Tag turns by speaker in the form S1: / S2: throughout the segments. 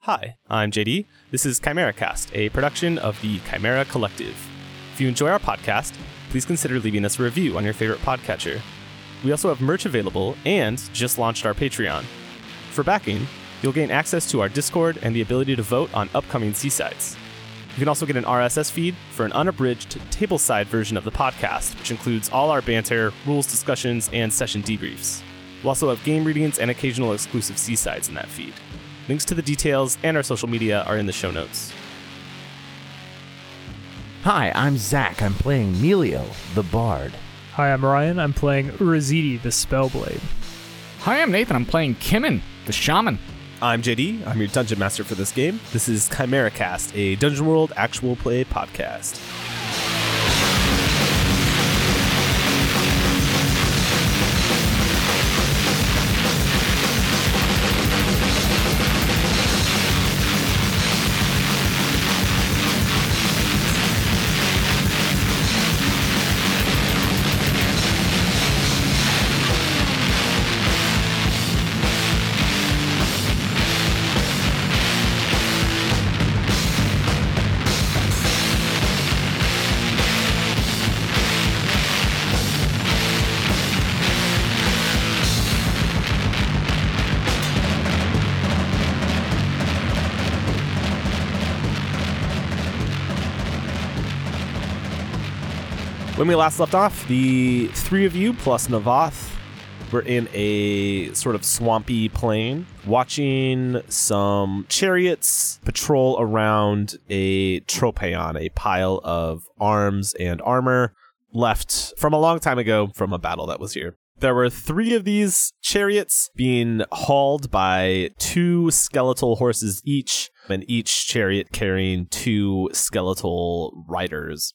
S1: Hi, I'm JD. This is ChimeraCast, a production of the Chimera Collective. If you enjoy our podcast, please consider leaving us a review on your favorite podcatcher. We also have merch available and just launched our Patreon. For backing, you'll gain access to our Discord and the ability to vote on upcoming seasides. You can also get an RSS feed for an unabridged tableside version of the podcast, which includes all our banter, rules discussions, and session debriefs. We'll also have game readings and occasional exclusive seasides in that feed. Links to the details and our social media are in the show notes.
S2: Hi, I'm Zach. I'm playing Melio, the Bard.
S3: Hi, I'm Ryan. I'm playing Urazidi, the Spellblade.
S4: Hi, I'm Nathan. I'm playing Kimmin, the Shaman.
S1: I'm JD. I'm your dungeon master for this game. This is Chimera Cast, a Dungeon World actual play podcast. When we last left off, the three of you plus Navoth were in a sort of swampy plain, watching some chariots patrol around a tropaeon, a pile of arms and armor left from a long time ago from a battle that was here. There were three of these chariots being hauled by two skeletal horses each, and each chariot carrying two skeletal riders.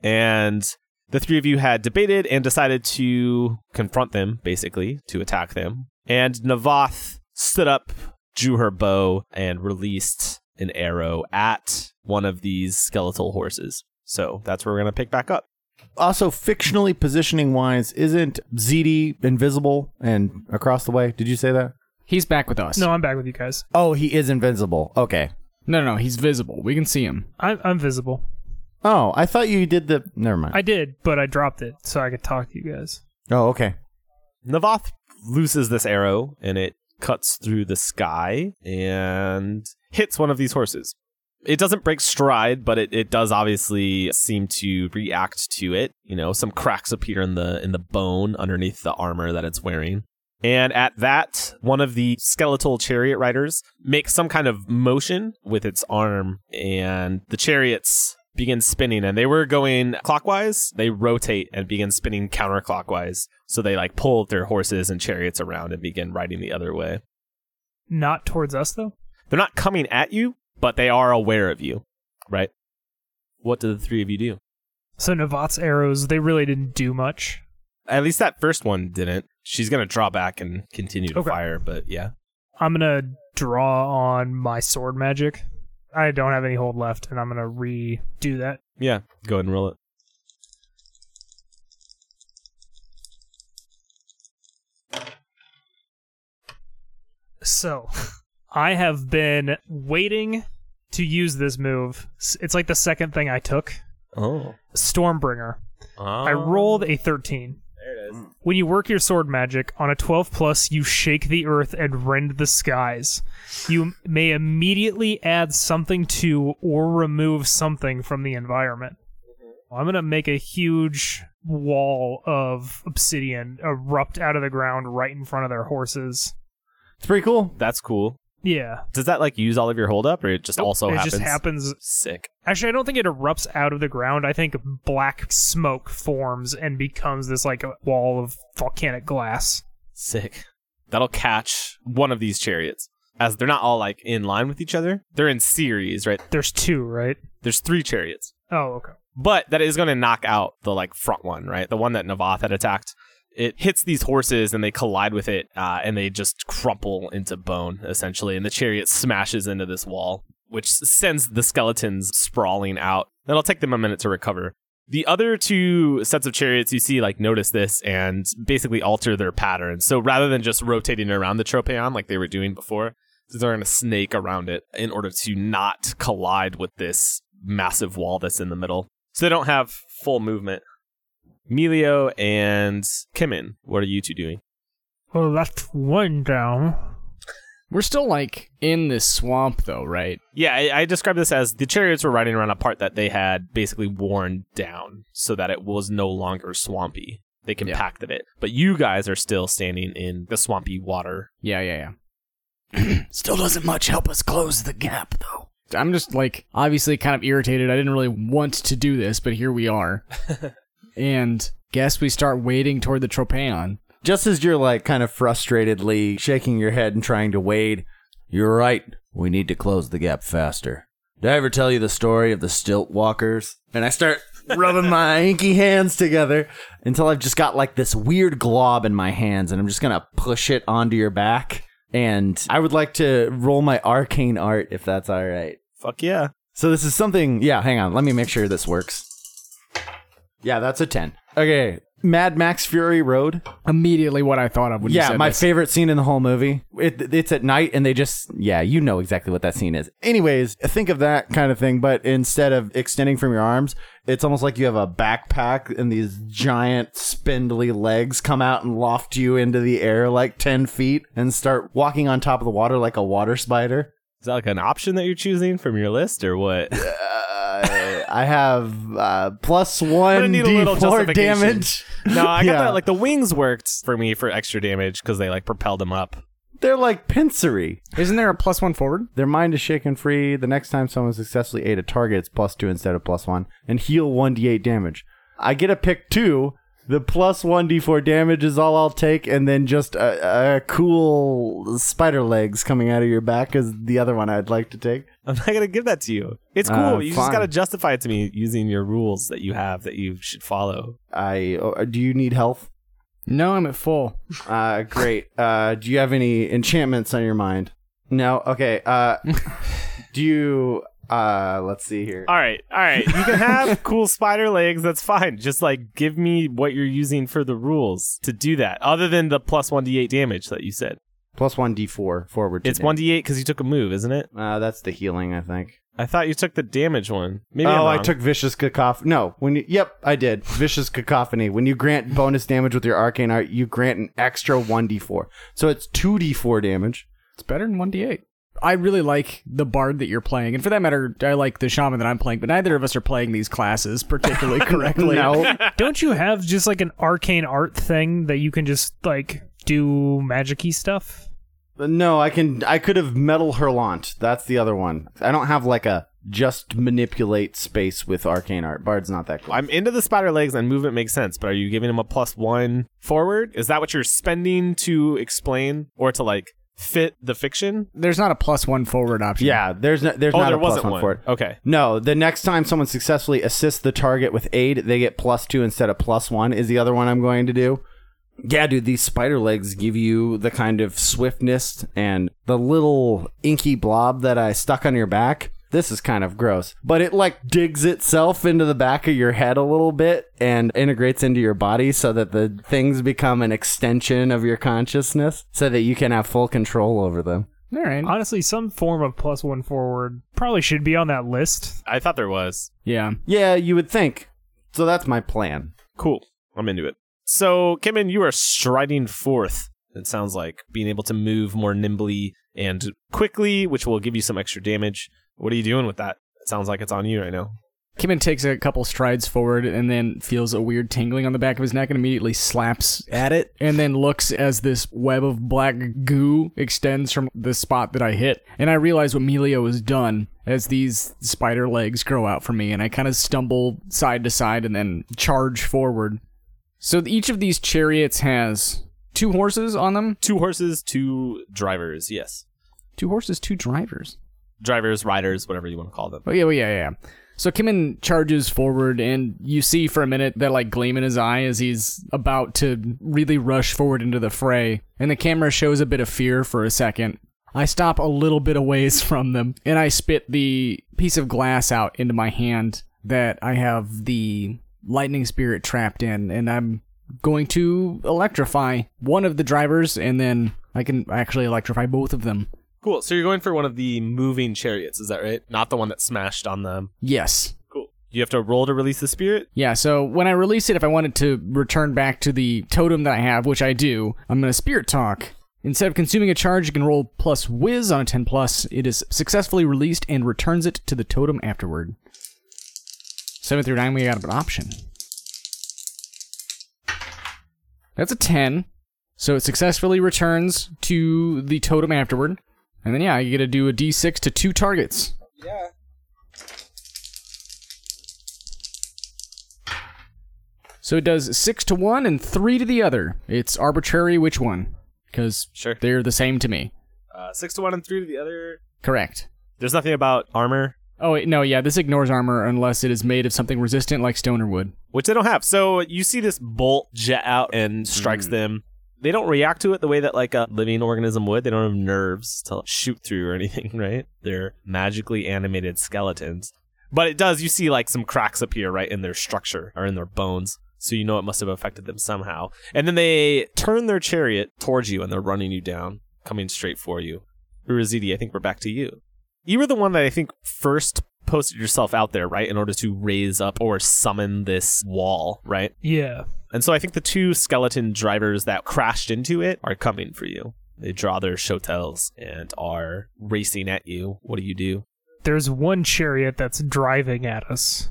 S1: And the three of you had debated and decided to confront them, basically, to attack them. And Navoth stood up, drew her bow, and released an arrow at one of these skeletal horses. So that's where we're going to pick back up.
S2: Also, fictionally positioning wise, isn't ZD invisible and across the way? Did you say that?
S4: He's back with us.
S3: No, I'm back with you guys.
S2: Oh, he is invincible. Okay.
S4: no, no, no, he's visible. We can see him.
S3: I'm, I'm visible.
S2: Oh, I thought you did the. Never mind.
S3: I did, but I dropped it so I could talk to you guys.
S2: oh, okay.
S1: Navoth loses this arrow and it cuts through the sky and hits one of these horses. It doesn't break stride, but it, it does obviously seem to react to it. You know, some cracks appear in the in the bone underneath the armor that it's wearing. And at that, one of the skeletal chariot riders makes some kind of motion with its arm, and the chariots begin spinning. And they were going clockwise, they rotate and begin spinning counterclockwise. So they like pull their horses and chariots around and begin riding the other way.
S3: Not towards us, though.
S1: They're not coming at you, but they are aware of you, right? What do the three of you do?
S3: So Navoth's arrows, they really didn't do much.
S1: At least that first one didn't. She's going to draw back and continue to
S3: Okay.
S1: fire, but yeah.
S3: I'm going to draw on my sword magic. I don't have any hold left, and I'm going to redo that.
S1: Yeah, go ahead and roll it.
S3: So, I have been waiting to use this move. S- It's like the second thing I took
S1: Oh.
S3: Stormbringer. I rolled a 13. When you work your sword magic on a 12 plus, you shake the earth and rend the skies. You m- may immediately add something to or remove something from the environment. I'm going to make a huge wall of obsidian erupt out of the ground right in front of their horses.
S2: It's pretty cool.
S1: That's cool.
S3: Yeah.
S1: Does that like use all of your hold up or it just also
S3: it
S1: happens?
S3: just happens.
S1: Sick.
S3: Actually, I don't think it erupts out of the ground. I think black smoke forms and becomes this like a wall of volcanic glass.
S1: Sick. That'll catch one of these chariots. As they're not all like in line with each other, they're in series, right?
S3: There's two, right?
S1: There's three chariots.
S3: Oh, okay.
S1: but that is going to knock out the like front one, right? The one that Navoth had attacked. It hits these horses and they collide with it, uh, and they just crumple into bone essentially. And the chariot smashes into this wall, which sends the skeletons sprawling out. That'll take them a minute to recover. The other two sets of chariots you see like notice this and basically alter their pattern. So rather than just rotating around the tropaeon like they were doing before, they're going to snake around it in order to not collide with this massive wall that's in the middle. So they don't have full movement. Melio and Kimin, what are you two doing?
S3: Well, that's one down.
S4: We're still like in this swamp though, right?
S1: Yeah, I, I described this as the chariots were riding around a part that they had basically worn down so that it was no longer swampy. They
S4: Yeah.
S1: compacted it. But you guys are still standing in the swampy water.
S4: Yeah, yeah, yeah. still doesn't much help us close the gap though. I'm just like obviously kind of irritated. I didn't really want to do this, but here we are. and guess we start wading toward the Tropaeon.
S2: Just as you're like kind of frustratedly shaking your head and trying to wade, you're right. We need to close the gap faster. Did I ever tell you the story of the stilt walkers? And I start rubbing my inky hands together until I've just got like this weird glob in my hands and I'm just going to push it onto your back. And I would like to roll my arcane art if that's all right.
S1: Fuck yeah.
S2: So this is something. Yeah, hang on. Let me make sure this works. Yeah, that's a 10. Okay. Mad Max Fury Road
S4: Immediately what I thought of when you
S2: yeah,
S4: said
S2: my
S4: this.
S2: favorite scene in the whole movie. It, it's at night, and they just yeah, you know exactly what that scene is. Anyways, think of that kind of thing, but instead of extending from your arms, it's almost like you have a backpack, and these giant spindly legs come out and loft you into the air like ten feet, and start walking on top of the water like a water spider.
S1: Is that like an option that you're choosing from your list or what?
S2: Uh, I have uh, plus one
S1: need a little
S2: d four
S1: justification.
S2: damage.
S1: no, I got
S2: Yeah.
S1: that. Like the wings worked for me for extra damage because they like propelled him up.
S2: They're like pincery.
S4: Isn't there a plus one forward?
S2: Their mind is shaken free. The next time someone successfully ate a target, it's plus two instead of plus one, and heal 1d8 damage. I get a pick two. The plus 1d4 damage is all I'll take, and then just a, a cool spider legs coming out of your back is the other one I'd like to take.
S1: I'm not gonna give that to you. It's cool.
S2: Uh,
S1: you just
S2: fine.
S1: gotta justify it to me using your rules that you have that you should follow.
S2: I oh, do you need health?
S4: No, I'm at full.
S2: Uh, great. Uh, do you have any enchantments on your mind? No. Okay. Uh, do you? Uh, let's see here.
S1: All right, all right. You can have cool spider legs. That's fine. Just like give me what you're using for the rules to do that. Other than the plus one d8 damage that you said,
S2: Plus one d4 forward. to
S1: it's
S2: damage.
S1: one d8 because you took a move, isn't it?
S2: Uh, that's the healing, I think.
S1: I thought you took the damage one. Maybe I'm
S2: oh, I
S1: wrong.
S2: took vicious cacophony. No, when you yep, I did vicious cacophony. When you grant bonus damage with your arcane art, you grant an extra one d four. So it's two d four damage.
S4: It's better than 1d8. I really like the bard that you're playing, and for that matter, I like the shaman that I'm playing, but neither of us are playing these classes particularly correctly.
S2: No,
S3: Don't you have just like an arcane art thing that you can just like do magic-y stuff?
S2: no, I can. I could have metal hurlant. That's the other one. I don't have like a just manipulate space with arcane art. Bard's not that cool.
S1: I'm into the spider legs and movement makes sense, but are you giving him a plus one forward? Is that what you're spending to explain or to like fit the fiction?
S4: There's not a plus one forward option.
S2: yeah, there's no, there's
S1: Oh,
S2: not
S1: there
S2: a plus
S1: wasn't
S2: one,
S1: one.
S2: for it.
S1: Okay.
S2: No, the next time someone successfully assists the target with aid, they get plus two instead of plus one, is the other one I'm going to do. Yeah, dude, these spider legs give you the kind of swiftness and the little inky blob that I stuck on your back. This is kind of gross, but it like digs itself into the back of your head a little bit and integrates into your body so that the things become an extension of your consciousness so that you can have full control over them.
S4: All right.
S3: Honestly, some form of plus one forward probably should be on that list.
S1: I thought there was.
S4: yeah.
S2: Yeah, you would think. So that's my plan.
S1: Cool. I'm into it. So, Kimin, you are striding forth. It sounds like being able to move more nimbly and quickly, which will give you some extra damage. What are you doing with that? It sounds like it's on you right now.
S4: Kimin takes a couple strides forward and then feels a weird tingling on the back of his neck and immediately slaps at it and then looks as this web of black goo extends from the spot that I hit. And I realize what Melio has done as these spider legs grow out from me and I kind of stumble side to side and then charge forward. So each of these chariots has two horses on them.
S1: Two horses, two drivers. Yes.
S4: Two horses, two drivers.
S1: Drivers, riders, whatever you want to call them.
S4: Oh yeah, well, yeah, yeah. yeah. So Kimin charges forward, and you see for a minute that like gleam in his eye as he's about to really rush forward into the fray, and the camera shows a bit of fear for a second. I stop a little bit away from them, and I spit the piece of glass out into my hand that I have the lightning spirit trapped in, and I'm going to electrify one of the drivers, and then I can actually electrify both of them.
S1: Cool. So you're going for one of the moving chariots, is that right? Not the one that smashed on them.
S4: Yes.
S1: Cool. You have to roll to release the spirit.
S4: Yeah, so when I release it, if I wanted to return back to the totem that I have, which I do, I'm going to spirit talk. Instead of consuming a charge, you can roll plus whiz on a 10 plus. It is successfully released and returns it to the totem afterward. 7 through 9, we got an option. That's a 10. So it successfully returns to the totem afterward. And then, yeah, you get to do a d6 to two targets. So it does six to one and three to the other. It's arbitrary which one, because
S1: Sure.
S4: they're the same to me.
S1: Uh, six to one and three to the other.
S4: Correct.
S1: There's nothing about armor,
S4: Oh wait, no, yeah, this ignores armor unless it is made of something resistant like stone or wood.
S1: which they don't have. So you see this bolt jet out and strikes them. They don't react to it the way that like a living organism would. They don't have nerves to shoot through or anything, right? They're magically animated skeletons. But it does. You see like some cracks appear right in their structure or in their bones. So you know it must have affected them somehow. And then they turn their chariot towards you and they're running you down, coming straight for you. Urizidi, I think we're back to you. You were the one that I think first posted yourself out there, right, in order to raise up or summon this wall, right?
S3: Yeah.
S1: And so I think the two skeleton drivers that crashed into it are coming for you. They draw their shotels and are racing at you. What do you do?
S3: There's one chariot that's driving at us.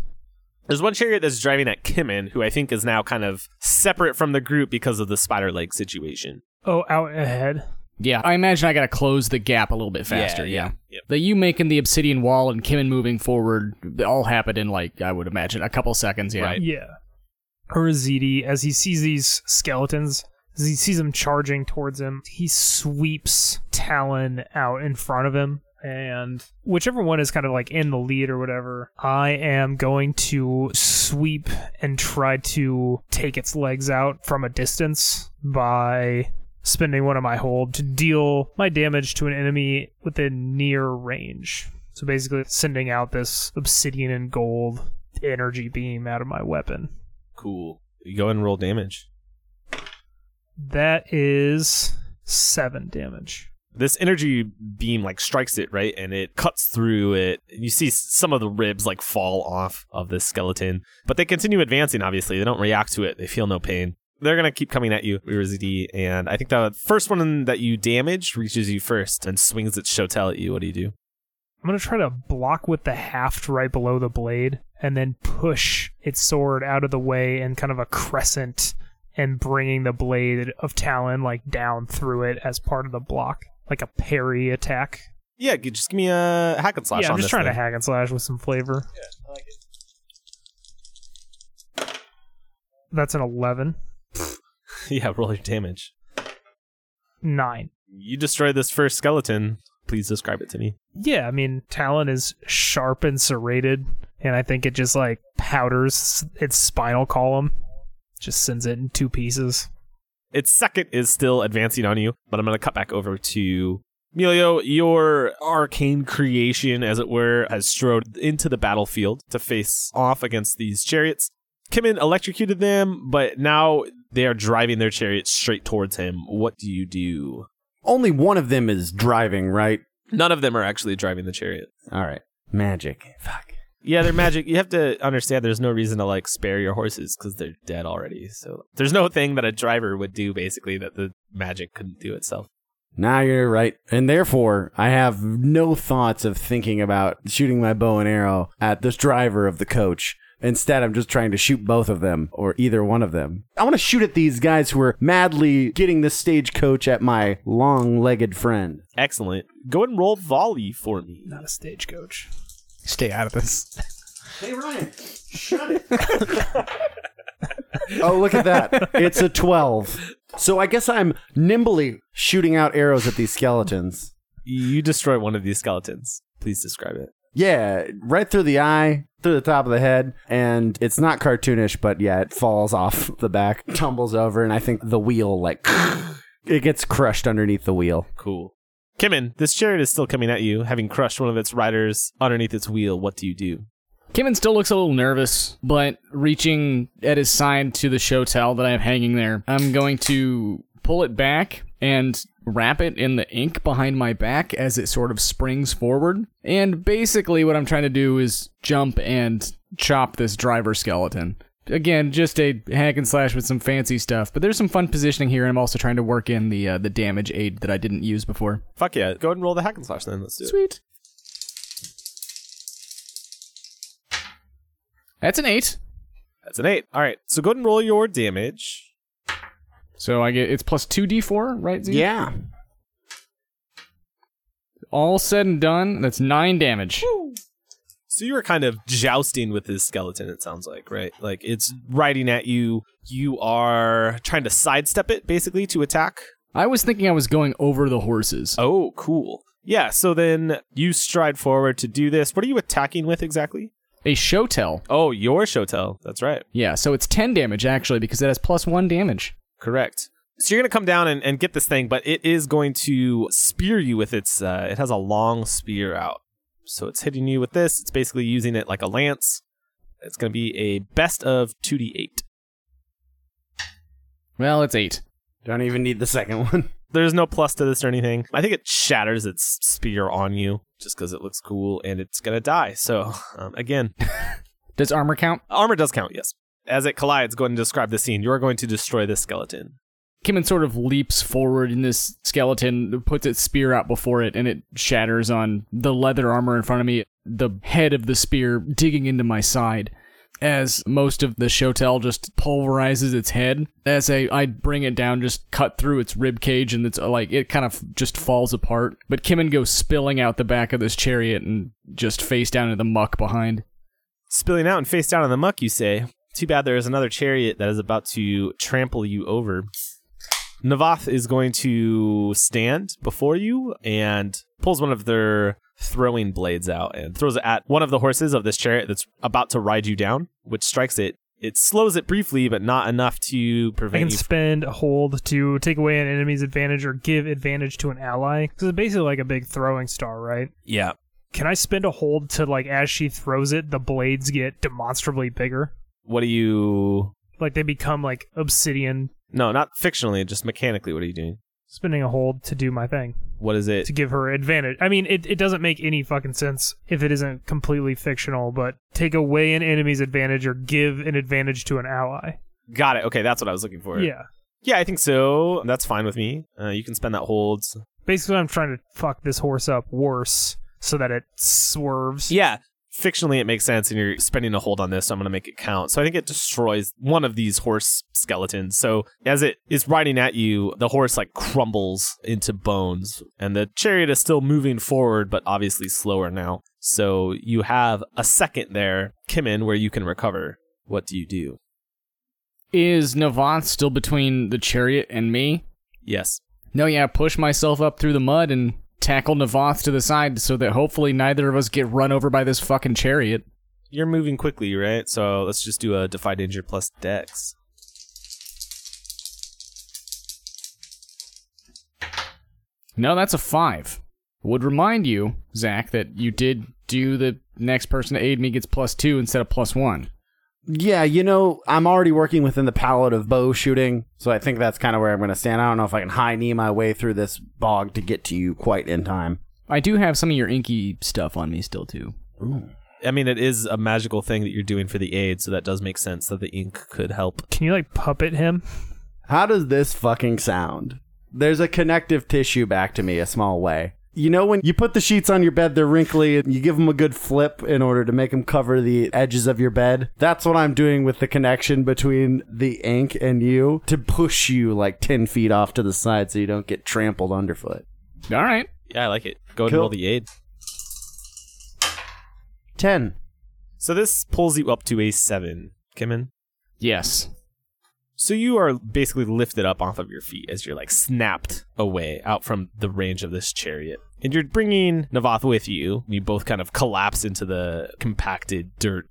S1: There's one chariot that's driving at Kimmin, who I think is now kind of separate from the group because of the spider leg situation.
S3: Oh, out ahead.
S4: Yeah, I imagine I gotta close the gap a little bit faster. Yeah,
S1: yeah, yep.
S4: the you making the obsidian wall and Kimmin moving forward they all happened in like I would imagine a couple seconds. Yeah,
S1: Right.
S3: Yeah. Urizidi, as he sees these skeletons, as he sees them charging towards him, he sweeps Talon out in front of him. And whichever one is kind of like in the lead or whatever, I am going to sweep and try to take its legs out from a distance by spending one of my hold to deal my damage to an enemy within near range. So basically, sending out this obsidian and gold energy beam out of my weapon.
S1: Cool. You go and roll damage.
S3: That is seven damage.
S1: this energy beam like strikes it right and it cuts through it you see s- some of the ribs like fall off of this skeleton but they continue advancing obviously they don't react to it they feel no pain they're gonna keep coming at you Urizidi, and i think the first one that you damage reaches you first and swings its shotel at you what do you do
S3: I'm gonna try to block with the haft right below the blade, and then push its sword out of the way in kind of a crescent, and bringing the blade of Talon like down through it as part of the block, like a parry attack.
S1: yeah g- just give me a hack and slash
S3: yeah,
S1: on
S3: I'm just
S1: this
S3: trying
S1: thing.
S3: to hack and slash with some flavor. That's an 11.
S1: yeah roll your damage
S3: 9.
S1: you destroy this first skeleton please describe it to me
S3: Yeah, I mean, Talon is sharp and serrated, and I think it just like powders its spinal column, just sends it in two pieces.
S1: Its second is still advancing on you, but I'm going to cut back over to Emilio. Your arcane creation, as it were, has strode into the battlefield to face off against these chariots. Kimin electrocuted them, but now they are driving their chariots straight towards him. What do you do?
S2: Only one of them is driving, right?
S1: None of them are actually driving the chariot.
S2: All right. Magic. Fuck.
S1: Yeah, they're magic. You have to understand there's no reason to like spare your horses because they're dead already. So there's no thing that a driver would do basically that the magic couldn't do itself.
S2: Now you're right. And therefore, I have no thoughts of thinking about shooting my bow and arrow at this driver of the coach. Instead, I'm just trying to shoot both of them or either one of them. I want to shoot at these guys who are madly getting the stagecoach at my long legged friend.
S1: Excellent. Go and roll volley for me.
S3: Not a stagecoach.
S4: stay out of this.
S2: Hey, Ryan, shut it. oh, look at that. It's a 12. So I guess I'm nimbly shooting out arrows at these skeletons.
S1: You destroy one of these skeletons. Please describe it.
S2: Yeah, right through the eye, through the top of the head, and it's not cartoonish, but yeah, it falls off the back, tumbles over, and I think the wheel like it gets crushed underneath the wheel.
S1: Cool. Kimmin, this chariot is still coming at you, having crushed one of its riders underneath its wheel. What do you do?
S4: Kimmin still looks a little nervous, but reaching at his side to the show towel that I have hanging there, I'm going to pull it back and wrap it in the ink behind my back as it sort of springs forward. And basically, what I'm trying to do is jump and chop this driver skeleton. Again, just a hack and slash with some fancy stuff, but there's some fun positioning here, and I'm also trying to work in the uh, the damage aid that I didn't use before.
S1: Fuck yeah. Go ahead and roll the hack and slash then. Let's do it.
S4: Sweet. That's an eight.
S1: That's an eight. All right. So go ahead and roll your damage.
S4: So I get it's plus two d4, right? Z?
S2: Yeah.
S4: All said and done, that's nine damage.
S1: So you were kind of jousting with this skeleton, it sounds like, right? Like it's riding at you. You are trying to sidestep it, basically, to attack.
S4: I was thinking I was going over the horses.
S1: Oh, cool. Yeah, so then you stride forward to do this. What are you attacking with exactly?
S4: A show tell.
S1: Oh, your Shotel. That's right.
S4: Yeah, so it's ten damage actually because it has plus one damage.
S1: Correct. So you're gonna come down and, and get this thing, but it is going to spear you with its. Uh, it has a long spear out, so it's hitting you with this. It's basically using it like a lance. It's gonna be a best of two d eight.
S4: Well, it's eight.
S2: Don't even need the second one.
S1: There's no plus to this or anything. I think it shatters its spear on you just because it looks cool, and it's gonna die. So um, again,
S4: Does armor count?
S1: armor does count. Yes. As it collides, go ahead and describe the scene. You are going to destroy this skeleton.
S4: Kimmon sort of leaps forward in this skeleton, puts its spear out before it, and it shatters on the leather armor in front of me, the head of the spear digging into my side. As most of the Shotel just pulverizes its head, as I, I bring it down, just cut through its rib cage, and it's uh, like it kind of just falls apart. But Kimmon goes spilling out the back of this chariot and just face down into the muck behind.
S1: Spilling out and face down in the muck, you say. Too bad there is another chariot that is about to trample you over. Navath is going to stand before you and pulls one of their throwing blades out and throws it at one of the horses of this chariot that's about to ride you down, which strikes it. It slows it briefly, but not enough to
S3: I
S1: prevent
S3: can
S1: you.
S3: spend a hold to take away an enemy's advantage or give advantage to an ally. So it's basically like a big throwing star, right?
S1: yeah.
S3: Can I spend a hold to like as she throws it, the blades get demonstrably bigger?
S1: What do you?
S3: Like they become like obsidian.
S1: No, not fictionally, just mechanically. What are you doing?
S3: Spending a hold to do my thing
S1: What is it?
S3: to give her advantage. I mean, it, it doesn't make any fucking sense if it isn't completely fictional, but take away an enemy's advantage or give an advantage to an ally.
S1: Got it. Okay, that's what I was looking for.
S3: Yeah.
S1: Yeah, I think so. That's fine with me. Uh, you can spend that hold.
S3: Basically, I'm trying to fuck this horse up worse so that it swerves.
S1: Yeah. Fictionally, it makes sense, and you're spending a hold on this, so I'm going to make it count. So I think it destroys one of these horse skeletons. So as it is riding at you, the horse like crumbles into bones, and the chariot is still moving forward, but obviously slower now. So you have a second there, Kimin, where you can recover. What do you do?
S4: Is Navant still between the chariot and me?
S1: Yes.
S4: No, yeah, push myself up through the mud and tackle Navoth to the side so that hopefully neither of us get run over by this fucking chariot.
S1: You're moving quickly, right? So let's just do a Defy Danger plus Dex.
S4: No, that's a five. Would remind you, Zach, that you did do the next person to aid me gets plus two instead of plus one.
S2: Yeah, you know, I'm already working within the palette of bow shooting, so I think that's kind of where I'm going to stand. I don't know if I can high knee my way through this bog to get to you quite in time.
S4: I do have some of your inky stuff on me still, too.
S1: I mean, it is a magical thing that you're doing for the aid, so that does make sense that the ink could help.
S3: Can you like puppet him?
S2: How does this fucking sound? There's a connective tissue back to me, a small way. You know, when you put the sheets on your bed, they're wrinkly, and you give them a good flip in order to make them cover the edges of your bed. That's what I'm doing with the connection between the ink and you to push you like 10 feet off to the side so you don't get trampled underfoot.
S4: All right.
S1: Yeah, I like it. Go ahead
S2: Cool.
S1: and roll the aid.
S2: 10.
S1: So this pulls you up to a seven, Kimin.
S4: Yes.
S1: So you are basically lifted up off of your feet as you're like snapped away out from the range of this chariot. And you're bringing Navath with you. You both kind of collapse into the compacted dirt.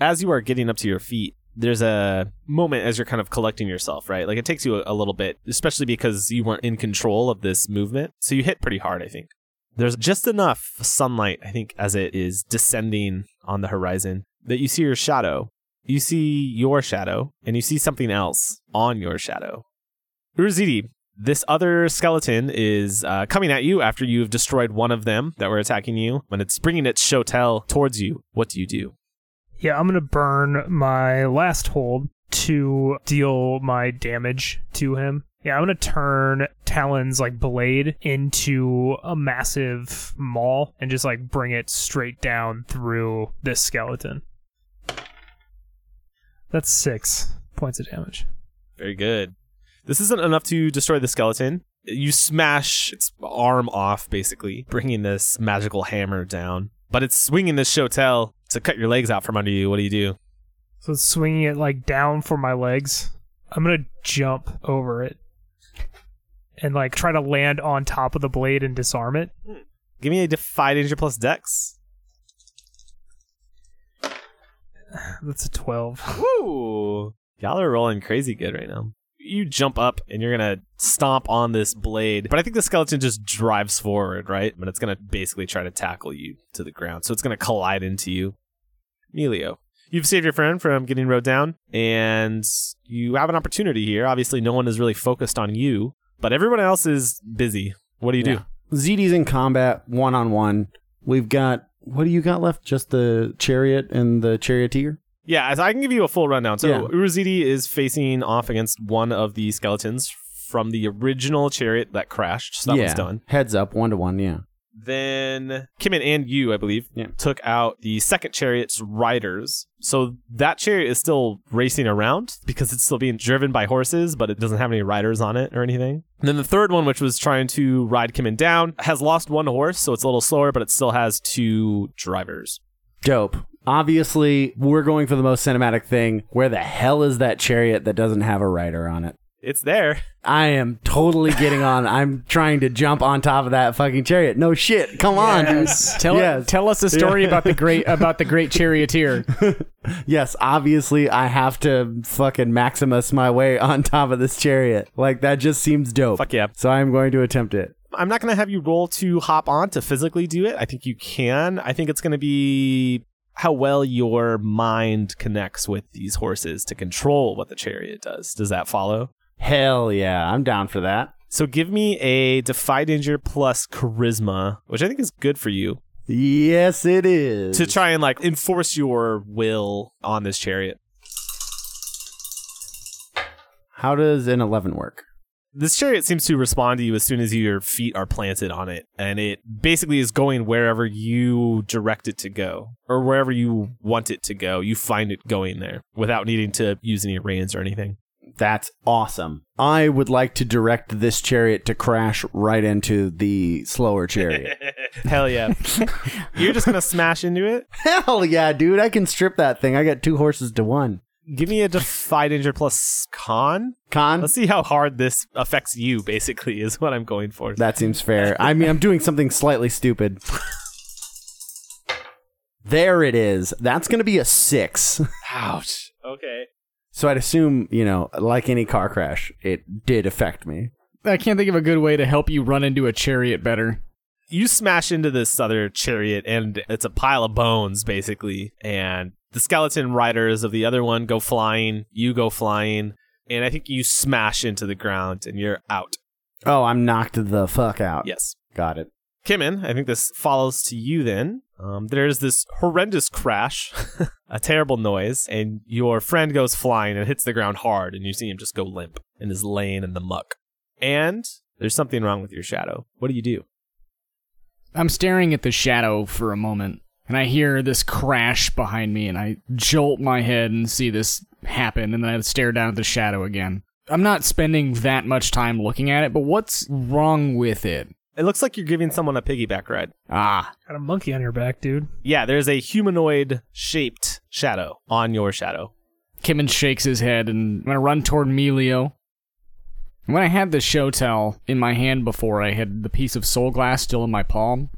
S1: As you are getting up to your feet, there's a moment as you're kind of collecting yourself, right? Like it takes you a, a little bit, especially because you weren't in control of this movement. So you hit pretty hard, I think. There's just enough sunlight, I think, as it is descending on the horizon that you see your shadow you see your shadow and you see something else on your shadow. Urzidi, This other skeleton is uh, coming at you after you've destroyed one of them that were attacking you, and it's bringing its Shotel towards you. What do you do?
S3: Yeah, I'm gonna burn my last hold to deal my damage to him. Yeah, I'm gonna turn Talon's like blade into a massive maul and just like bring it straight down through this skeleton. That's six points of damage.
S1: Very good. This isn't enough to destroy the skeleton. You smash its arm off, basically, bringing this magical hammer down. But it's swinging this Shotel to cut your legs out from under you. What do you do?
S3: So it's swinging it like down for my legs. I'm gonna jump over it and like try to land on top of the blade and disarm it.
S1: Give me a defy danger plus dex.
S3: That's a twelve.
S1: Woo! Y'all are rolling crazy good right now. You jump up and you're gonna stomp on this blade, but I think the skeleton just drives forward, right? But it's gonna basically try to tackle you to the ground, so it's gonna collide into you. Melio, you've saved your friend from getting rode down, and you have an opportunity here. Obviously, no one is really focused on you, but everyone else is busy. What do you do?
S2: ZD's in combat one on one. We've got what do you got left? Just the chariot and the charioteer.
S1: Yeah, as I can give you a full rundown. So
S2: Yeah.
S1: Uruzidi is facing off against one of the skeletons from the original chariot that crashed. So that one's done.
S2: Heads up, one to one. Yeah.
S1: Then Kimin and you, I believe,
S2: Yeah.
S1: took out the second chariot's riders. So that chariot is still racing around because it's still being driven by horses, but it doesn't have any riders on it or anything. And then the third one, which was trying to ride Kimin down, has lost one horse, so it's a little slower, but it still has two drivers.
S2: Dope. Obviously, we're going for the most cinematic thing. Where the hell is that chariot that doesn't have a rider on it?
S1: It's there.
S2: I am totally getting on. I'm trying to jump on top of that fucking chariot. No shit. Come on, dude.
S4: Tell,
S2: Yes.
S4: tell us a story about the great about the great charioteer.
S2: Yes, obviously I have to fucking Maximus my way on top of this chariot. Like that just seems dope.
S1: Fuck yeah.
S2: So I'm going to attempt it.
S1: I'm not going to have you roll to hop on to physically do it. I think you can. I think it's going to be how well your mind connects with these horses to control what the chariot does. Does that follow?
S2: Hell yeah, I'm down for that.
S1: So give me a defy danger plus charisma, which I think is good for you
S2: Yes, it is.
S1: to try and like enforce your will on this chariot.
S2: How does an 11 work?
S1: This chariot seems to respond to you as soon as your feet are planted on it, and it basically is going wherever you direct it to go, or wherever you want it to go. You find it going there without needing to use any reins or anything.
S2: That's awesome. I would like to direct this chariot to crash right into the slower chariot.
S1: Hell yeah. You're just going to smash into it.
S2: Hell yeah, dude. I can strip that thing. I got two horses to one.
S1: Give me a defy danger plus con.
S2: Con?
S1: Let's see how hard this affects you, basically, is what I'm going for.
S2: That seems fair. I mean, I'm doing something slightly stupid. There it is. That's going to be a six.
S1: Ouch. Okay.
S2: So I'd assume, you know, like any car crash, it did affect me.
S4: I can't think of a good way to help you run into a chariot better.
S1: You smash into this other chariot, and it's a pile of bones, basically. And the skeleton riders of the other one go flying, you go flying, and I think you smash into the ground and you're out.
S2: Oh, I'm knocked the fuck out.
S1: Yes.
S2: Got it.
S1: Kimin, I think this follows to you then. Um, there's this horrendous crash, a terrible noise, and your friend goes flying and hits the ground hard, and you see him just go limp and is laying in the muck. And there's something wrong with your shadow. What do you do?
S4: I'm staring at the shadow for a moment, and I hear this crash behind me, and I jolt my head and see this happen, and then I stare down at the shadow again. I'm not spending that much time looking at it, but what's wrong with it?
S1: It looks like you're giving someone a piggyback ride.
S4: Ah,
S3: Got a monkey on your back, dude.
S1: Yeah, there's a humanoid shaped shadow on your shadow.
S4: Kimmon shakes his head, and I'm gonna run toward Melio. When I had the show tell in my hand before, I had the piece of soul glass still in my palm,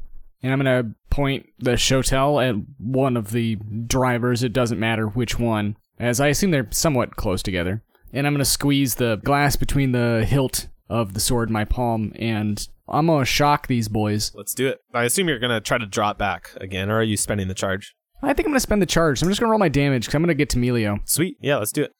S4: and I'm gonna point the show tell at one of the drivers. It doesn't matter which one, as I assume they're somewhat close together. And I'm gonna squeeze the glass between the hilt of the sword in my palm, and I'm gonna shock these boys.
S1: Let's do it. I assume you're going to try to draw it back again, or are you spending the charge?
S4: I think I'm gonna spend the charge. I'm just gonna roll my damage because I'm gonna get to Melio.
S1: Sweet. Yeah, let's do it.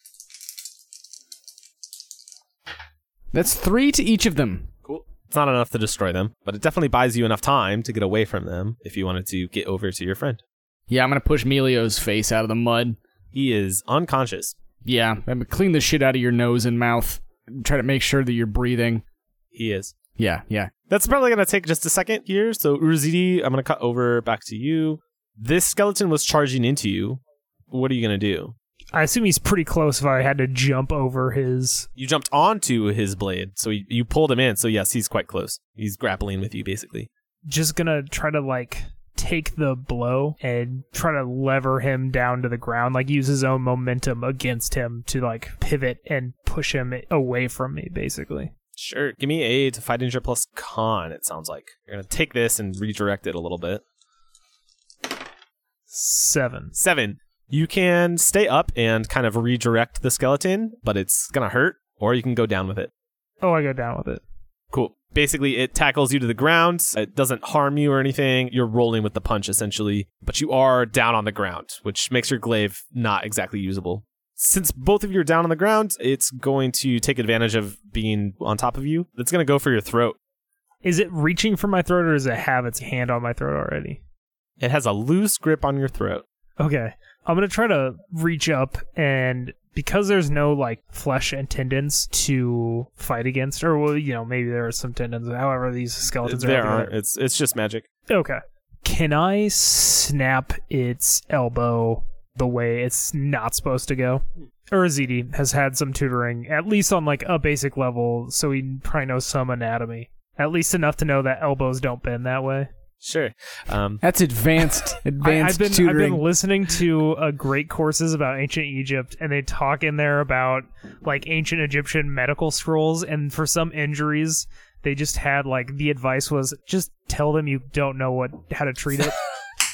S4: That's three to each of them.
S1: Cool. It's not enough to destroy them, but it definitely buys you enough time to get away from them if you wanted to get over to your friend.
S4: Yeah, I'm gonna push Melio's face out of the mud.
S1: He is unconscious.
S4: Yeah, I'm gonna clean the shit out of your nose and mouth. Try to make sure that you're breathing.
S1: He is.
S4: Yeah, yeah.
S1: That's probably going to take just a second here. So, Urzidi, I'm going to cut over back to you. This skeleton was charging into you. What are you going to do?
S3: I assume he's pretty close if I had to jump over his.
S1: You jumped onto his blade, so you, you pulled him in. So, yes, he's quite close. He's grappling with you, basically.
S3: Just gonna try to, like, take the blow and try to lever him down to the ground, like, use his own momentum against him to, like, pivot and push him away from me, basically.
S1: Sure. Give me a to fight injure plus con, it sounds like. You're going to take this and redirect it a little bit.
S3: Seven.
S1: Seven. You can stay up and kind of redirect the skeleton, but it's going to hurt, or you can go down with it.
S3: Oh, I go down with it.
S1: Cool. Basically, it tackles you to the ground. It doesn't harm you or anything. You're rolling with the punch, essentially, but you are down on the ground, which makes your glaive not exactly usable. Since both of you are down on the ground, it's going to take advantage of being on top of you. It's going to go for your throat.
S3: Is it reaching for my throat or does it have its hand on my throat already?
S1: It has a loose grip on your throat.
S3: Okay. I'm going to try to reach up and because there's no like flesh and tendons to fight against or well, you know, maybe there are some tendons, however these skeletons
S1: there
S3: are.
S1: aren't. It's, it's just magic.
S3: Okay. Can I snap its elbow the way it's not supposed to go? Urazidi has had some tutoring, at least on like a basic level, so he probably knows some anatomy. At least enough to know that elbows don't bend that way.
S1: Sure. Um,
S4: That's advanced,
S3: I,
S4: advanced
S3: I've been
S4: tutoring.
S3: I've been listening to uh, great courses about ancient Egypt, and they talk in there about like ancient Egyptian medical scrolls, and for some injuries, they just had like the advice was just tell them you don't know what how to treat it.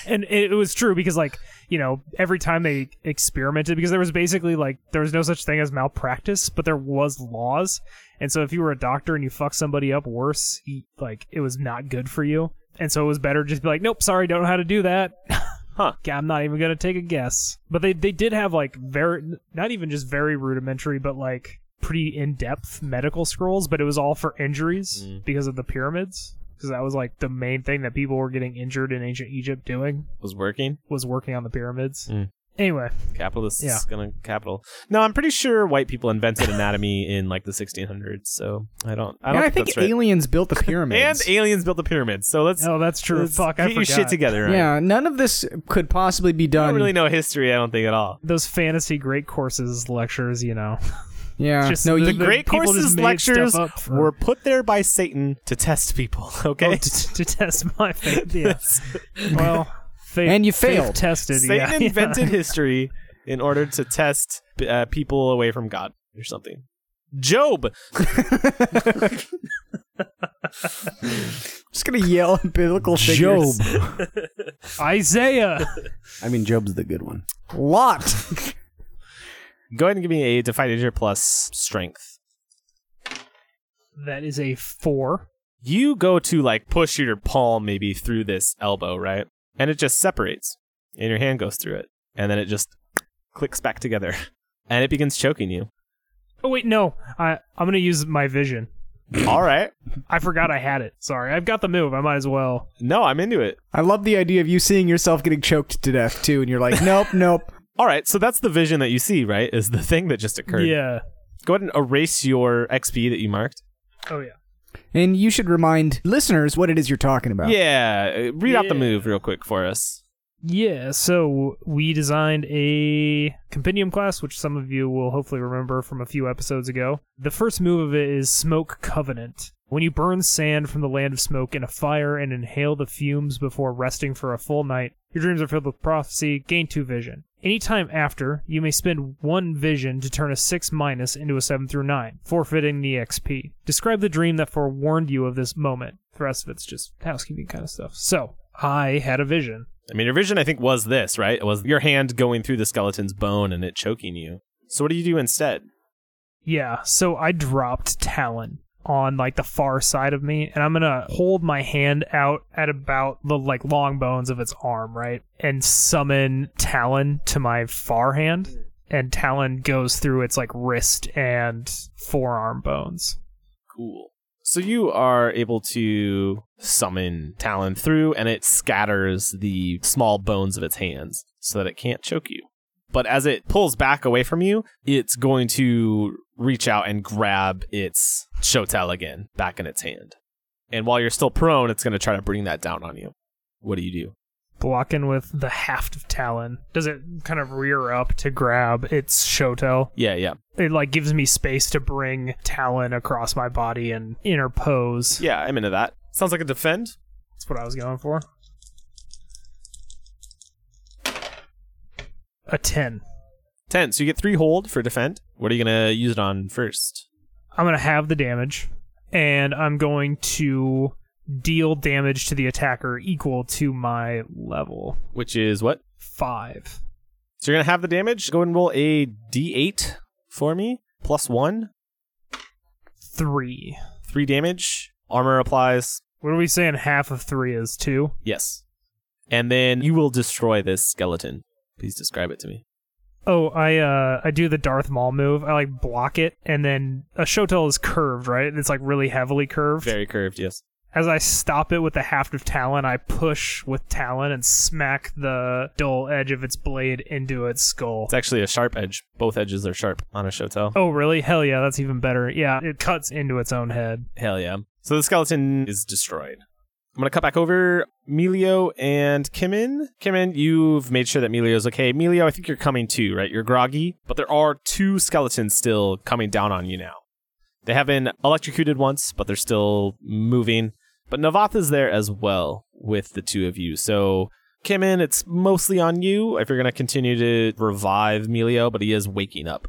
S3: And it it was true because, like, you know, every time they experimented, because there was basically like there was no such thing as malpractice, but there was laws, and so if you were a doctor and you fucked somebody up worse, you, like it was not good for you, and so it was better just be like, nope, sorry, don't know how to do that.
S1: Huh.
S3: Yeah, I'm not even gonna take a guess. But they they did have like very not even just very rudimentary, but like pretty in depth medical scrolls. But it was all for injuries because of the pyramids. Because that was like the main thing that people were getting injured in ancient Egypt doing
S1: was working.
S3: was working on the pyramids.
S1: Mm.
S3: Anyway,
S1: Capitalists
S3: Yeah.
S1: gonna capital. No, I'm pretty sure white people invented anatomy in like the 1600s. So I don't. I don't
S4: And I
S1: think,
S4: think
S1: that's right.
S4: aliens built the
S1: and
S4: pyramids.
S1: aliens built the pyramids. So let's,
S3: oh, that's true.
S1: let's
S3: Fuck,
S1: get
S3: I
S1: your
S3: forgot.
S1: shit together. Ryan.
S4: yeah, um, none of this could possibly be
S1: I
S4: done.
S1: don't really know history. I don't think at all.
S3: Those fantasy great courses lectures, you know.
S4: yeah,
S3: Just
S4: no,
S3: the-
S4: you,
S1: The great
S3: people just
S1: courses
S3: made
S1: lectures
S3: stuff up for-
S1: were put there by Satan to test people.
S3: Oh,
S1: Okay.
S3: to, to test my faith. Yeah. well, faith,
S4: And you
S3: faith
S4: failed.
S3: tested. yeah,
S1: Satan
S3: yeah.
S1: invented history in order to test uh, people away from God or something. Job.
S4: just gonna yell at biblical
S2: Job.
S4: figures.
S3: Isaiah.
S2: I mean, Job's the good one.
S4: Lot.
S1: Go ahead and give me a defied injure plus strength.
S3: that is a four.
S1: you go to like push your palm maybe through this elbow, right? And it just separates and your hand goes through it. And then it just clicks back together and it begins choking you.
S3: Oh wait, no. I I'm gonna use my vision.
S1: All right.
S3: I forgot I had it. Sorry, I've got the move. I might as well.
S1: No, I'm into it.
S4: I love the idea of you seeing yourself getting choked to death too, and you're like, nope, nope.
S1: All right. So that's the vision that you see, right? Is the thing that just occurred.
S3: Yeah.
S1: Go ahead and erase your XP that you marked.
S3: Oh yeah.
S4: And you should remind listeners what it is you're talking about.
S1: Yeah. uh, Read out the
S3: Yeah.
S1: move real quick for us.
S3: Yeah. So we designed a compendium class, which some of you will hopefully remember from a few episodes ago. The first move of it is Smoke Covenant. When you burn sand from the land of smoke in a fire and inhale the fumes before resting for a full night, your dreams are filled with prophecy, gain two vision. Anytime after, you may spend one vision to turn a 6 minus into a 7 through 9, forfeiting the XP. Describe the dream that forewarned you of this moment. The rest of it's just housekeeping kind of stuff. So, I had a vision.
S1: I mean, your vision, I think, was this, right? It was your hand going through the skeleton's bone and it choking you. So what do you do instead?
S3: Yeah, so I dropped Talon on like the far side of me, and I'm gonna hold my hand out at about the like long bones of its arm, right? And summon Talon to my far hand, and Talon goes through its like wrist and forearm bones.
S1: Cool. So you are able to summon Talon through, and it scatters the small bones of its hands so that it can't choke you. But as it pulls back away from you, it's going to reach out and grab its Shotel again back in its hand. And while you're still prone, it's going to try to bring that down on you. What do you do?
S3: Blocking with the haft of Talon. Does it kind of rear up to grab its Shotel?
S1: Yeah, yeah.
S3: It like gives me space to bring Talon across my body and interpose.
S1: Yeah, I'm into that. Sounds like a defend.
S3: That's what I was going for. A 10.
S1: 10. So you get three hold for defend. What are you going to use it on first?
S3: I'm going to have the damage, and I'm going to deal damage to the attacker equal to my level
S1: Which is what?
S3: 5.
S1: So you're going to have the damage. Go ahead and roll a d8 for me. Plus one.
S3: 3.
S1: Three damage. Armor applies.
S3: What are we saying? Half of 3 is 2?
S1: Yes. And then you will destroy this skeleton. Please describe it to me.
S3: Oh, I uh I do the Darth Maul move. I like block it and then a Shotel is curved, right? It's like really heavily curved.
S1: Very curved, yes.
S3: As I stop it with the haft of Talon, I push with Talon and smack the dull edge of its blade into its skull.
S1: It's actually a sharp edge. Both edges are sharp on a Shotel.
S3: Oh, really? Hell yeah, that's even better. Yeah, it cuts into its own head.
S1: Hell yeah. So the skeleton is destroyed. I'm going to cut back over Melio and Kimin. Kimin, you've made sure that Melio's okay. Melio, I think you're coming too, right? You're groggy, but there are two skeletons still coming down on you now. They have been electrocuted once, but they're still moving. But Navath is there as well with the two of you. So, Kimin, it's mostly on you if you're going to continue to revive Melio, but he is waking up.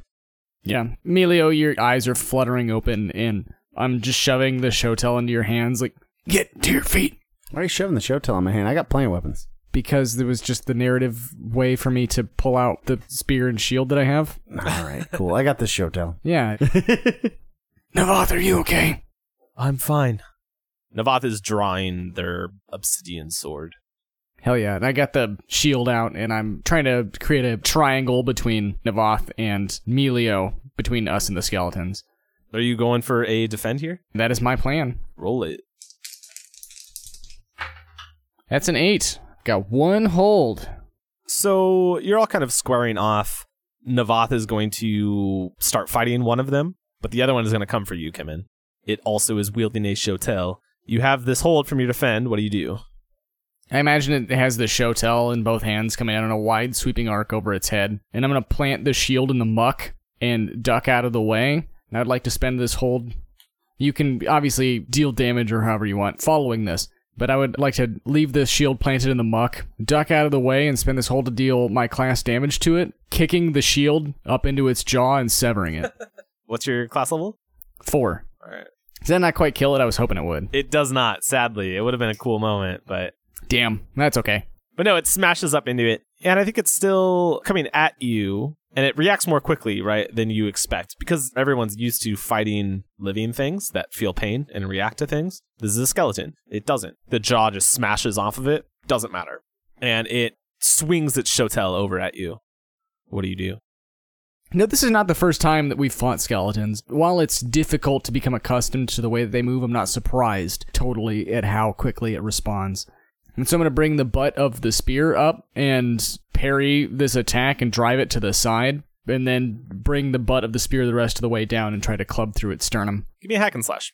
S4: Yeah. Melio, your eyes are fluttering open, and I'm just shoving the showtel into your hands, like, get to your feet.
S2: Why are you shoving the showtail in my hand? I got plenty of weapons.
S4: Because there was just the narrative way for me to pull out the spear and shield that I have.
S2: All right, cool. I got this showtail.
S4: Yeah. Navath, are you okay?
S1: I'm fine. Navath is drawing their obsidian sword.
S4: Hell yeah. And I got the shield out, and I'm trying to create a triangle between Navath and Melio, between us and the skeletons.
S1: Are you going for a defend here?
S4: That is my plan.
S1: Roll it.
S4: That's an eight. Got one hold.
S1: So you're all kind of squaring off. Navath is going to start fighting one of them, but the other one is going to come for you, Kimin. It also is wielding a Shotel. You have this hold from your defend. What do you do?
S4: I imagine it has the showtell in both hands coming out in a wide sweeping arc over its head. And I'm going to plant the shield in the muck and duck out of the way. And I'd like to spend this hold. You can obviously deal damage or however you want following this. But I would like to leave this shield planted in the muck, duck out of the way, and spend this hold to deal my class damage to it, kicking the shield up into its jaw and severing it.
S1: What's your class level?
S4: Four.
S1: All right.
S4: Does that not quite kill it? I was hoping it would.
S1: It does not, sadly. It would have been a cool moment, but
S4: Damn, that's okay.
S1: But no, it smashes up into it. And I think it's still coming at you. And it reacts more quickly, right, than you expect. Because everyone's used to fighting living things that feel pain and react to things. This is a skeleton. It doesn't. The jaw just smashes off of it. Doesn't matter. And it swings its shotel over at you. What do you do?
S4: No, this is not the first time that we've fought skeletons. While it's difficult to become accustomed to the way that they move, I'm not surprised totally at how quickly it responds. And so I'm going to bring the butt of the spear up and parry this attack and drive it to the side, and then bring the butt of the spear the rest of the way down and try to club through its sternum.
S1: Give me a hack and slash.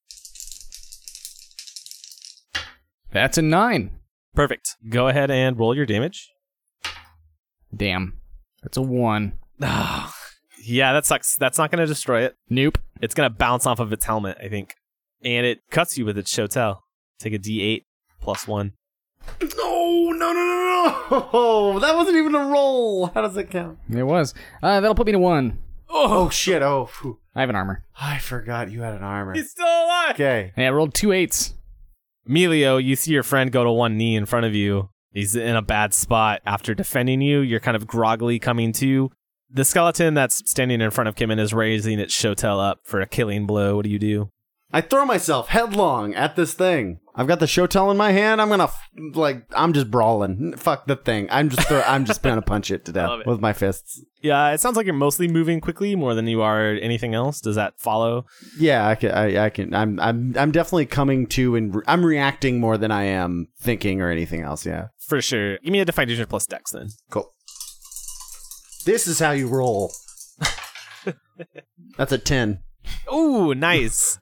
S4: That's a nine.
S1: Perfect. Go ahead and roll your damage.
S4: Damn. That's a one.
S1: Yeah, that sucks. That's not going to destroy it.
S4: Nope.
S1: It's going to bounce off of its helmet, I think. And it cuts you with its shotel. Take a d8 plus one.
S2: No, no, no, no, no! That wasn't even a roll. How does that count?
S4: It was. Uh, that'll put me to one.
S2: Oh, shit! Oh, phew.
S4: I have an armor.
S2: I forgot you had an armor.
S1: still alive!
S2: Okay.
S4: And I rolled two eights.
S1: Melio, you see your friend go to one knee in front of you. He's in a bad spot after defending you. You're kind of groggily coming to. The skeleton that's standing in front of Kimin is raising its Shotel up for a killing blow. What do you do?
S2: I throw myself headlong at this thing. I've got the shotel in my hand. I'm gonna f- like I'm just brawling. Fuck the thing. I'm just throw- I'm just gonna punch it to death with my fists.
S1: Yeah, it sounds like you're mostly moving quickly more than you are anything else. Does that follow?
S2: Yeah, I can. I, I can. I'm I'm I'm definitely coming to and re- I'm reacting more than I am thinking or anything else. Yeah.
S1: For sure. Give me a Defy Danger plus Dex then.
S2: Cool. This is how you roll. That's a ten.
S1: Ooh, nice.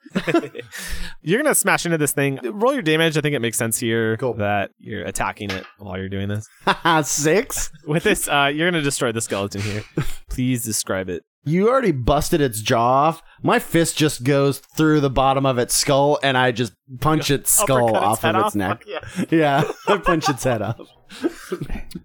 S1: you're gonna smash into this thing. Roll your damage. I think it makes sense here
S2: Cool.
S1: that you're attacking it while you're doing this.
S2: Haha, Six.
S1: With this, uh, you're gonna destroy the skeleton here. Please describe it.
S2: You already busted its jaw off. My fist just goes through the bottom of its skull, and I just punch its
S1: Uppercut
S2: skull
S1: its
S2: off
S1: head
S2: of its
S1: off?
S2: neck.
S1: Fuck
S2: Yeah, I punch its head off.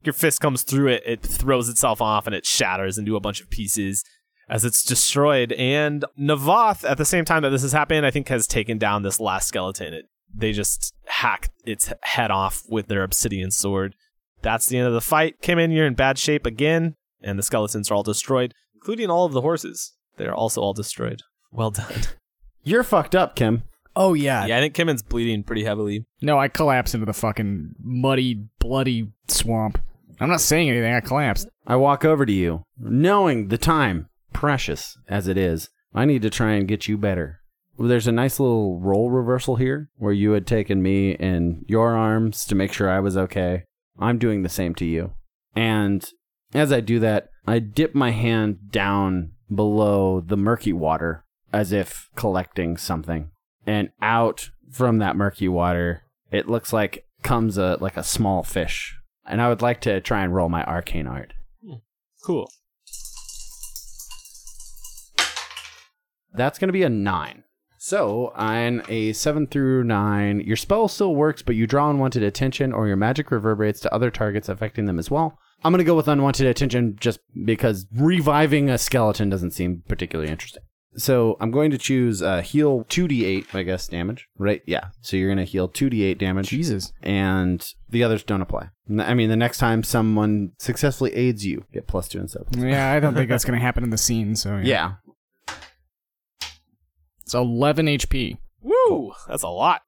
S1: Your fist comes through it. It throws itself off and it shatters into a bunch of pieces as it's destroyed. And Navoth, at the same time that this has happened, I think has taken down this last skeleton. It, they just hack its head off with their obsidian sword. That's the end of the fight. Kim in, you're in bad shape again, and the skeletons are all destroyed, including all of the horses. They're also all destroyed. Well done.
S2: You're fucked up, Kim.
S4: Oh yeah.
S1: Yeah, I think Kimin's bleeding pretty heavily.
S4: No, I collapsed into the fucking muddy, bloody swamp. I'm not saying anything. I collapsed.
S2: I walk over to you, knowing the time, precious as it is. I need to try and get you better. There's a nice little role reversal here where you had taken me in your arms to make sure I was okay. I'm doing the same to you. And as I do that, I dip my hand down below the murky water as if collecting something. And out from that murky water, it looks like comes a like a small fish. And I would like to try and roll my arcane art.
S1: Cool.
S2: That's going to be a nine. So on a seven through nine, your spell still works, but you draw unwanted attention or your magic reverberates to other targets, affecting them as well. I'm going to go with unwanted attention just because reviving a skeleton doesn't seem particularly interesting. So I'm going to choose uh, heal 2d8, I guess, damage. Right? Yeah. So you're going to heal 2d8 damage
S4: Jesus.
S2: and the others don't apply. N- I mean, the next time someone successfully aids you, get plus two instead.
S4: Yeah, I don't think that's gonna happen in the scene. So yeah.
S2: Yeah.
S4: It's 11 HP.
S1: Woo! That's a lot.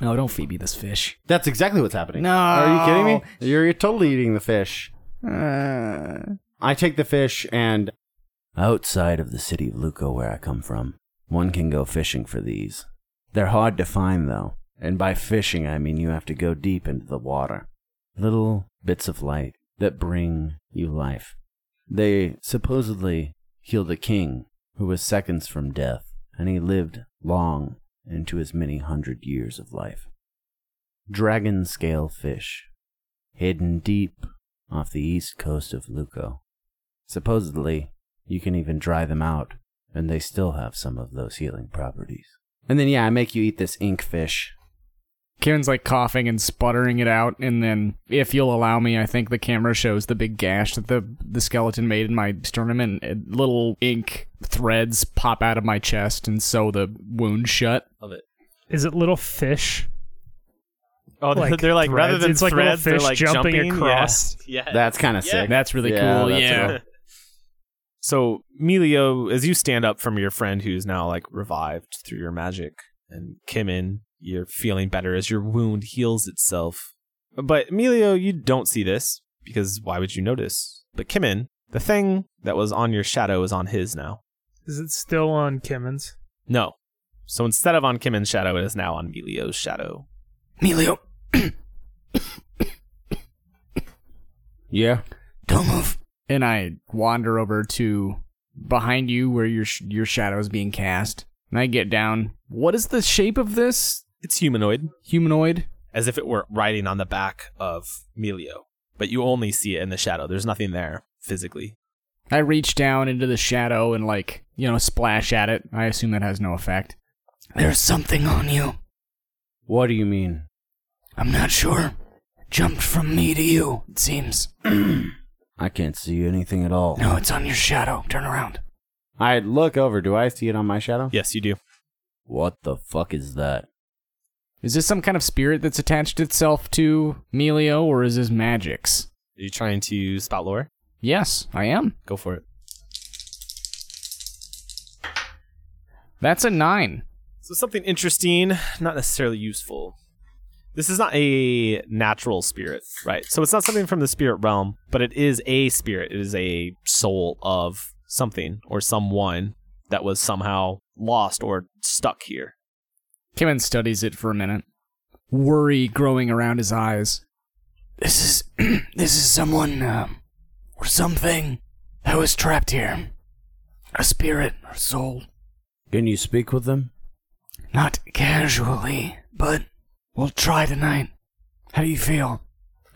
S4: No, Oh, don't Phoebe this fish.
S2: That's exactly what's happening.
S4: No.
S2: Are you kidding me? You're, you're totally eating the fish.
S4: Uh,
S2: I take the fish and. Outside of the city of Luco, where I come from, one can go fishing for these. They're hard to find, though, and by fishing I mean you have to go deep into the water. Little bits of light that bring you life. They supposedly healed a king who was seconds from death, and he lived long into his many hundred years of life. Dragon scale fish, hidden deep off the east coast of Luco. Supposedly, you can even dry them out, and they still have some of those healing properties. And then, yeah, I make you eat this ink fish.
S4: Karen's like coughing and sputtering it out, and then if you'll allow me, I think the camera shows the big gash that the the skeleton made in my sternum, and uh, little ink threads pop out of my chest and sew the wound shut.
S1: Love it.
S3: Is it little fish?
S1: Oh, they're
S3: Like
S1: like, they're like rather
S3: threads?
S1: than
S3: It's like little
S1: threads, they're
S3: fish
S1: like
S3: jumping
S1: jumping,
S3: across.
S1: Yeah. Yeah.
S2: That's kind of
S1: Yeah.
S2: sick.
S4: That's really
S2: Yeah,
S4: cool.
S2: that's
S4: yeah.
S2: cool.
S1: So, Melio, as you stand up from your friend who's now like revived through your magic, and Kimin, you're feeling better as your wound heals itself. But Melio, you don't see this because why would you notice? But Kimin, the thing that was on your shadow is on his now.
S3: Is it still on Kimmins?
S1: No. So instead of on Kimin's shadow, it is now on Melio's shadow.
S4: Melio,
S2: Yeah.
S4: don't move. And I wander over to behind you where your sh- your shadow is being cast, and I get down. What is the shape of this
S1: It's humanoid,
S4: humanoid?
S1: as if it were riding on the back of Melio. But you only see it in the shadow. There's nothing there physically.
S4: I reach down into the shadow and like, you know, splash at it. I assume that has no effect. There's something on you.
S2: What do you mean?
S4: I'm not sure. Jumped from me to you, it seems.
S2: I can't see anything at all.
S4: No, it's on your shadow. Turn around.
S2: I look over. Do I see it on my shadow?
S1: Yes, you do.
S2: What the fuck is that?
S4: Is this some kind of spirit that's attached itself to Melio or is this magics?
S1: Are you trying to spout lore?
S4: Yes, I am.
S1: Go for it.
S4: That's a nine.
S1: It's So something interesting, not necessarily useful. This is not a natural spirit, right? So it's not something from the spirit realm, but it is a spirit. It is a soul of something or someone that was somehow lost or stuck here.
S4: Kevin studies it for a minute, worry growing around his eyes. This is this is someone um, or something that was trapped here, a spirit or soul,
S2: Can you speak with them?
S4: not casually, but we'll try tonight. How do you feel?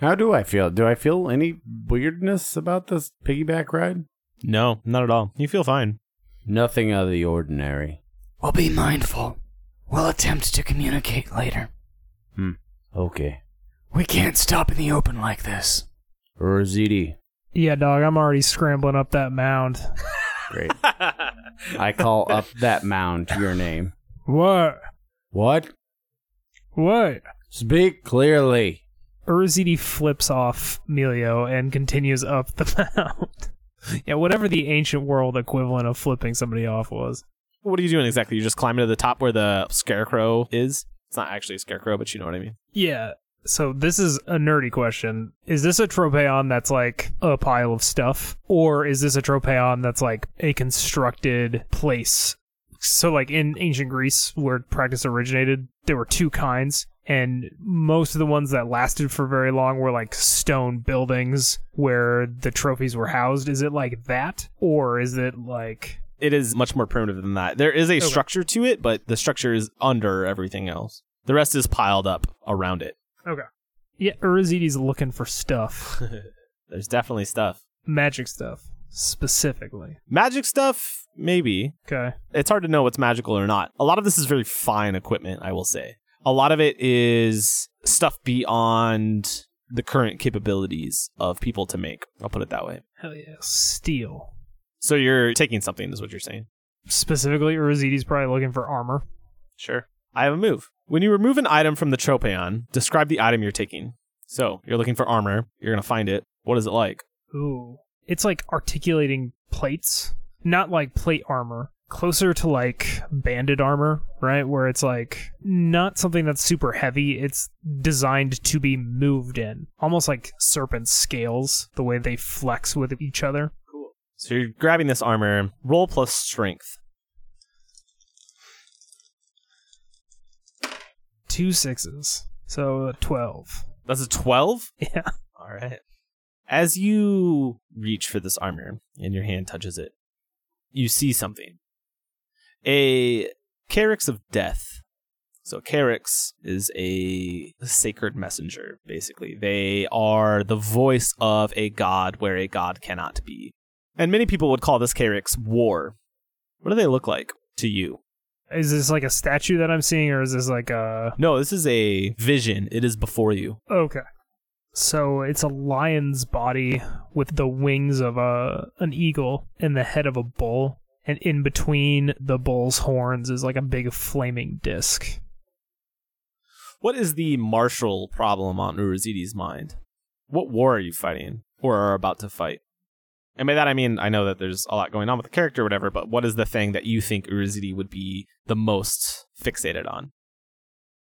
S2: How do I feel? Do I feel any weirdness about this piggyback ride?
S1: No, not at all. You feel fine.
S2: Nothing out of the ordinary.
S4: We'll be mindful. We'll attempt to communicate later.
S2: Hmm. Okay.
S4: We can't stop in the open like this.
S2: Rositi.
S3: Yeah, dog, I'm already scrambling up that mound.
S2: Great. I call up that mound to your name.
S3: What?
S2: What?
S3: What?
S2: Speak clearly.
S3: Urzidi flips off Melio and continues up the mound. yeah, whatever the ancient world equivalent of flipping somebody off was.
S1: What are you doing exactly? You're just climbing to the top where the scarecrow is? It's not actually a scarecrow, but you know what I mean.
S3: Yeah. So this is a nerdy question. Is this a tropeon that's like a pile of stuff? Or is this a tropeon that's like a constructed place? So like in ancient Greece where practice originated, there were two kinds and most of the ones that lasted for very long were like stone buildings where the trophies were housed. Is it like that? Or is it like
S1: It is much more primitive than that. There is a
S3: Okay.
S1: structure to it, but the structure is under everything else. The rest is piled up around it.
S3: yeah, Urizidi's looking for stuff.
S1: There's definitely stuff.
S3: Magic stuff specifically.
S1: Magic stuff, maybe.
S3: Okay.
S1: it's hard to know what's magical or not. A lot of this is very fine equipment, I will say. A lot of it is stuff beyond the current capabilities of people to make. I'll put it that way.
S3: Hell yeah. Steel.
S1: So you're taking something, is what you're saying.
S3: Specifically, Urizidi's probably looking for armor.
S1: Sure. I have a move. When you remove an item from the tropeon, describe the item you're taking. So you're looking for armor. You're going to find it. What is it like?
S3: Ooh. It's like articulating plates. Not like plate armor. Closer to like banded armor, right? Where it's like not something that's super heavy. It's designed to be moved in. Almost like serpent scales, the way they flex with each other.
S1: So you're grabbing this armor. Roll plus strength.
S3: Two sixes. So 12.
S1: That's a 12?
S3: Yeah.
S1: All right. As you reach for this armor and your hand touches it, you see something. A Carix of Death. So, Carix is a sacred messenger, basically. They are the voice of a god where a god cannot be. And many people would call this Carix war. What do they look like to you?
S3: Is this like a statue that I'm seeing, or is this like a.
S1: No, this is a vision. It is before you.
S3: Okay. So it's a lion's body with the wings of a an eagle and the head of a bull, and in between the bull's horns is like a big flaming disc.
S1: What is the martial problem on Uruzidi's mind? What war are you fighting or are about to fight? And by that I mean I know that there's a lot going on with the character or whatever, but what is the thing that you think Uruzidi would be the most fixated on?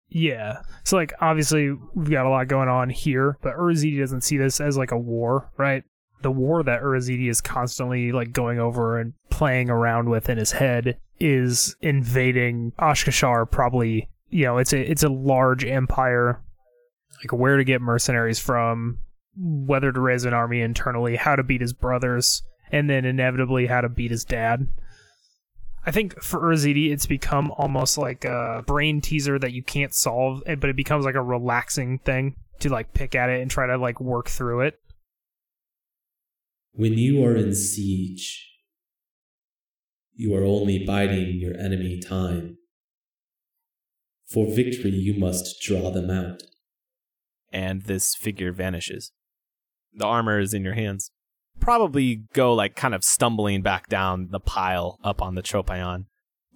S3: Yeah. So like obviously we've got a lot going on here, but Urzidi doesn't see this as like a war, right? The war that Urzidi is constantly like going over and playing around with in his head is invading Oshkoshar probably you know, it's a it's a large empire. Like where to get mercenaries from, whether to raise an army internally, how to beat his brothers, and then inevitably how to beat his dad. I think for Urzidi, it's become almost like a brain teaser that you can't solve, eh, but it becomes like a relaxing thing to like pick at it and try to like work through it.
S5: When you are in siege, you are only biding your enemy time. For victory, you must draw them out.
S1: And this figure vanishes. The armor is in your hands. Probably go like kind of stumbling back down the pile up on the Tropion.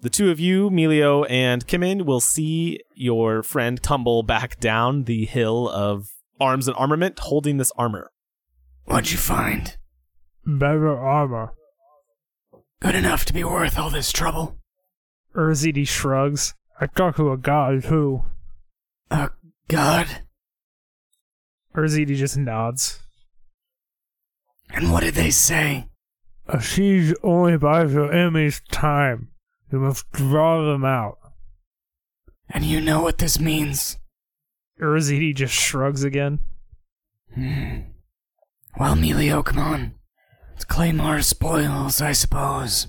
S1: The two of you, Melio and Kimin, will see your friend tumble back down the hill of arms and armament holding this armor.
S4: What'd you find?
S3: Better armor.
S4: Good enough to be worth all this trouble.
S3: Urzidi shrugs. I talked to a guy who.
S4: Oh, God.
S3: Urzidi just nods.
S4: And what did they say?
S3: A siege only buys your enemy's time. You must draw them out.
S4: And you know what this means.
S3: Urzidi just shrugs again.
S4: Hmm. Well, Melio, come on. It's Claymore spoils, I suppose.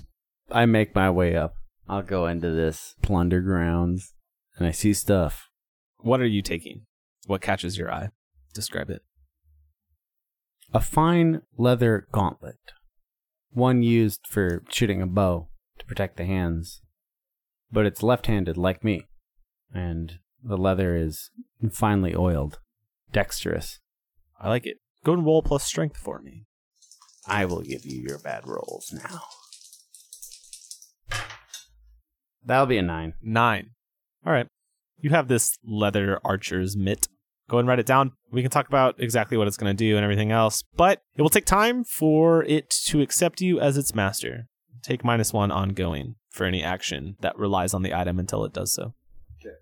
S2: I make my way up. I'll go into this plunder grounds, and I see stuff.
S1: What are you taking? What catches your eye? Describe it.
S2: A fine leather gauntlet, one used for shooting a bow to protect the hands, but it's left-handed like me, and the leather is finely oiled, dexterous.
S1: I like it. Go and roll plus strength for me.
S2: I will give you your bad rolls now. That'll be a nine.
S1: Nine. All right. You have this leather archer's mitt. Go and write it down. We can talk about exactly what it's going to do and everything else, but it will take time for it to accept you as its master. Take minus one ongoing for any action that relies on the item until it does so. Okay.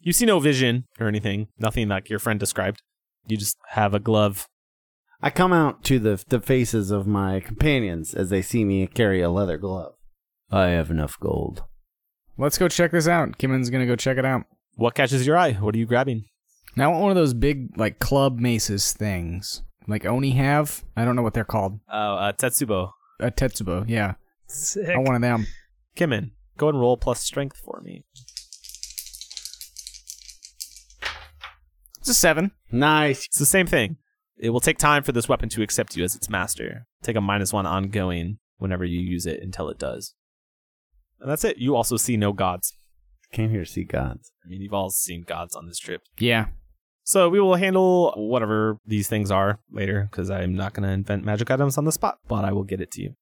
S1: You see no vision or anything, nothing like your friend described. You just have a glove.
S2: I come out to the the faces of my companions as they see me carry a leather glove. I have enough gold.
S4: Let's go check this out. Kimmon's gonna go check it out.
S1: What catches your eye? What are you grabbing?
S4: Now I want one of those big, like, club maces things. Like Oni have. I don't know what they're called.
S1: Oh, uh, Tetsubo.
S4: A Tetsubo, yeah.
S3: Sick.
S4: I want of them.
S1: Kimmin, go and roll plus strength for me.
S4: It's a seven.
S2: Nice.
S1: It's the same thing. It will take time for this weapon to accept you as its master. Take a minus one ongoing whenever you use it until it does. And that's it. You also see no gods.
S2: Came here to see gods.
S1: I mean, you've all seen gods on this trip.
S4: Yeah.
S1: So we will handle whatever these things are later because I'm not going to invent magic items on the spot, but I will get it to you.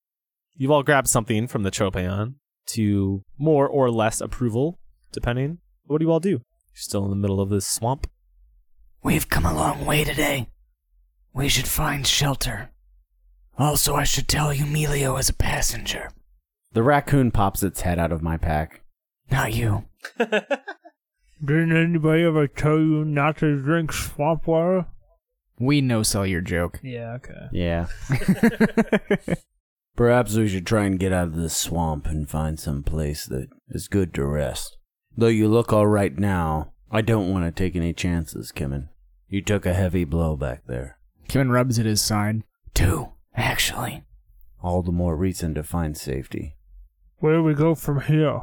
S1: You've all grabbed something from the Tropeon to more or less approval, depending. What do you all do? You're still in the middle of this swamp.
S4: We've come a long way today. We should find shelter. Also, I should tell you Melio is a passenger.
S2: The raccoon pops its head out of my pack.
S4: Not you.
S3: Didn't anybody ever tell you not to drink swamp water?
S4: We no sell your joke.
S3: Yeah, okay.
S2: Yeah. Perhaps we should try and get out of this swamp and find some place that is good to rest. Though you look all right now, I don't want to take any chances, Kimmin. You took a heavy blow back there.
S4: Kimmin rubs at his side. Two, actually.
S2: All the more reason to find safety.
S3: Where do we go from here?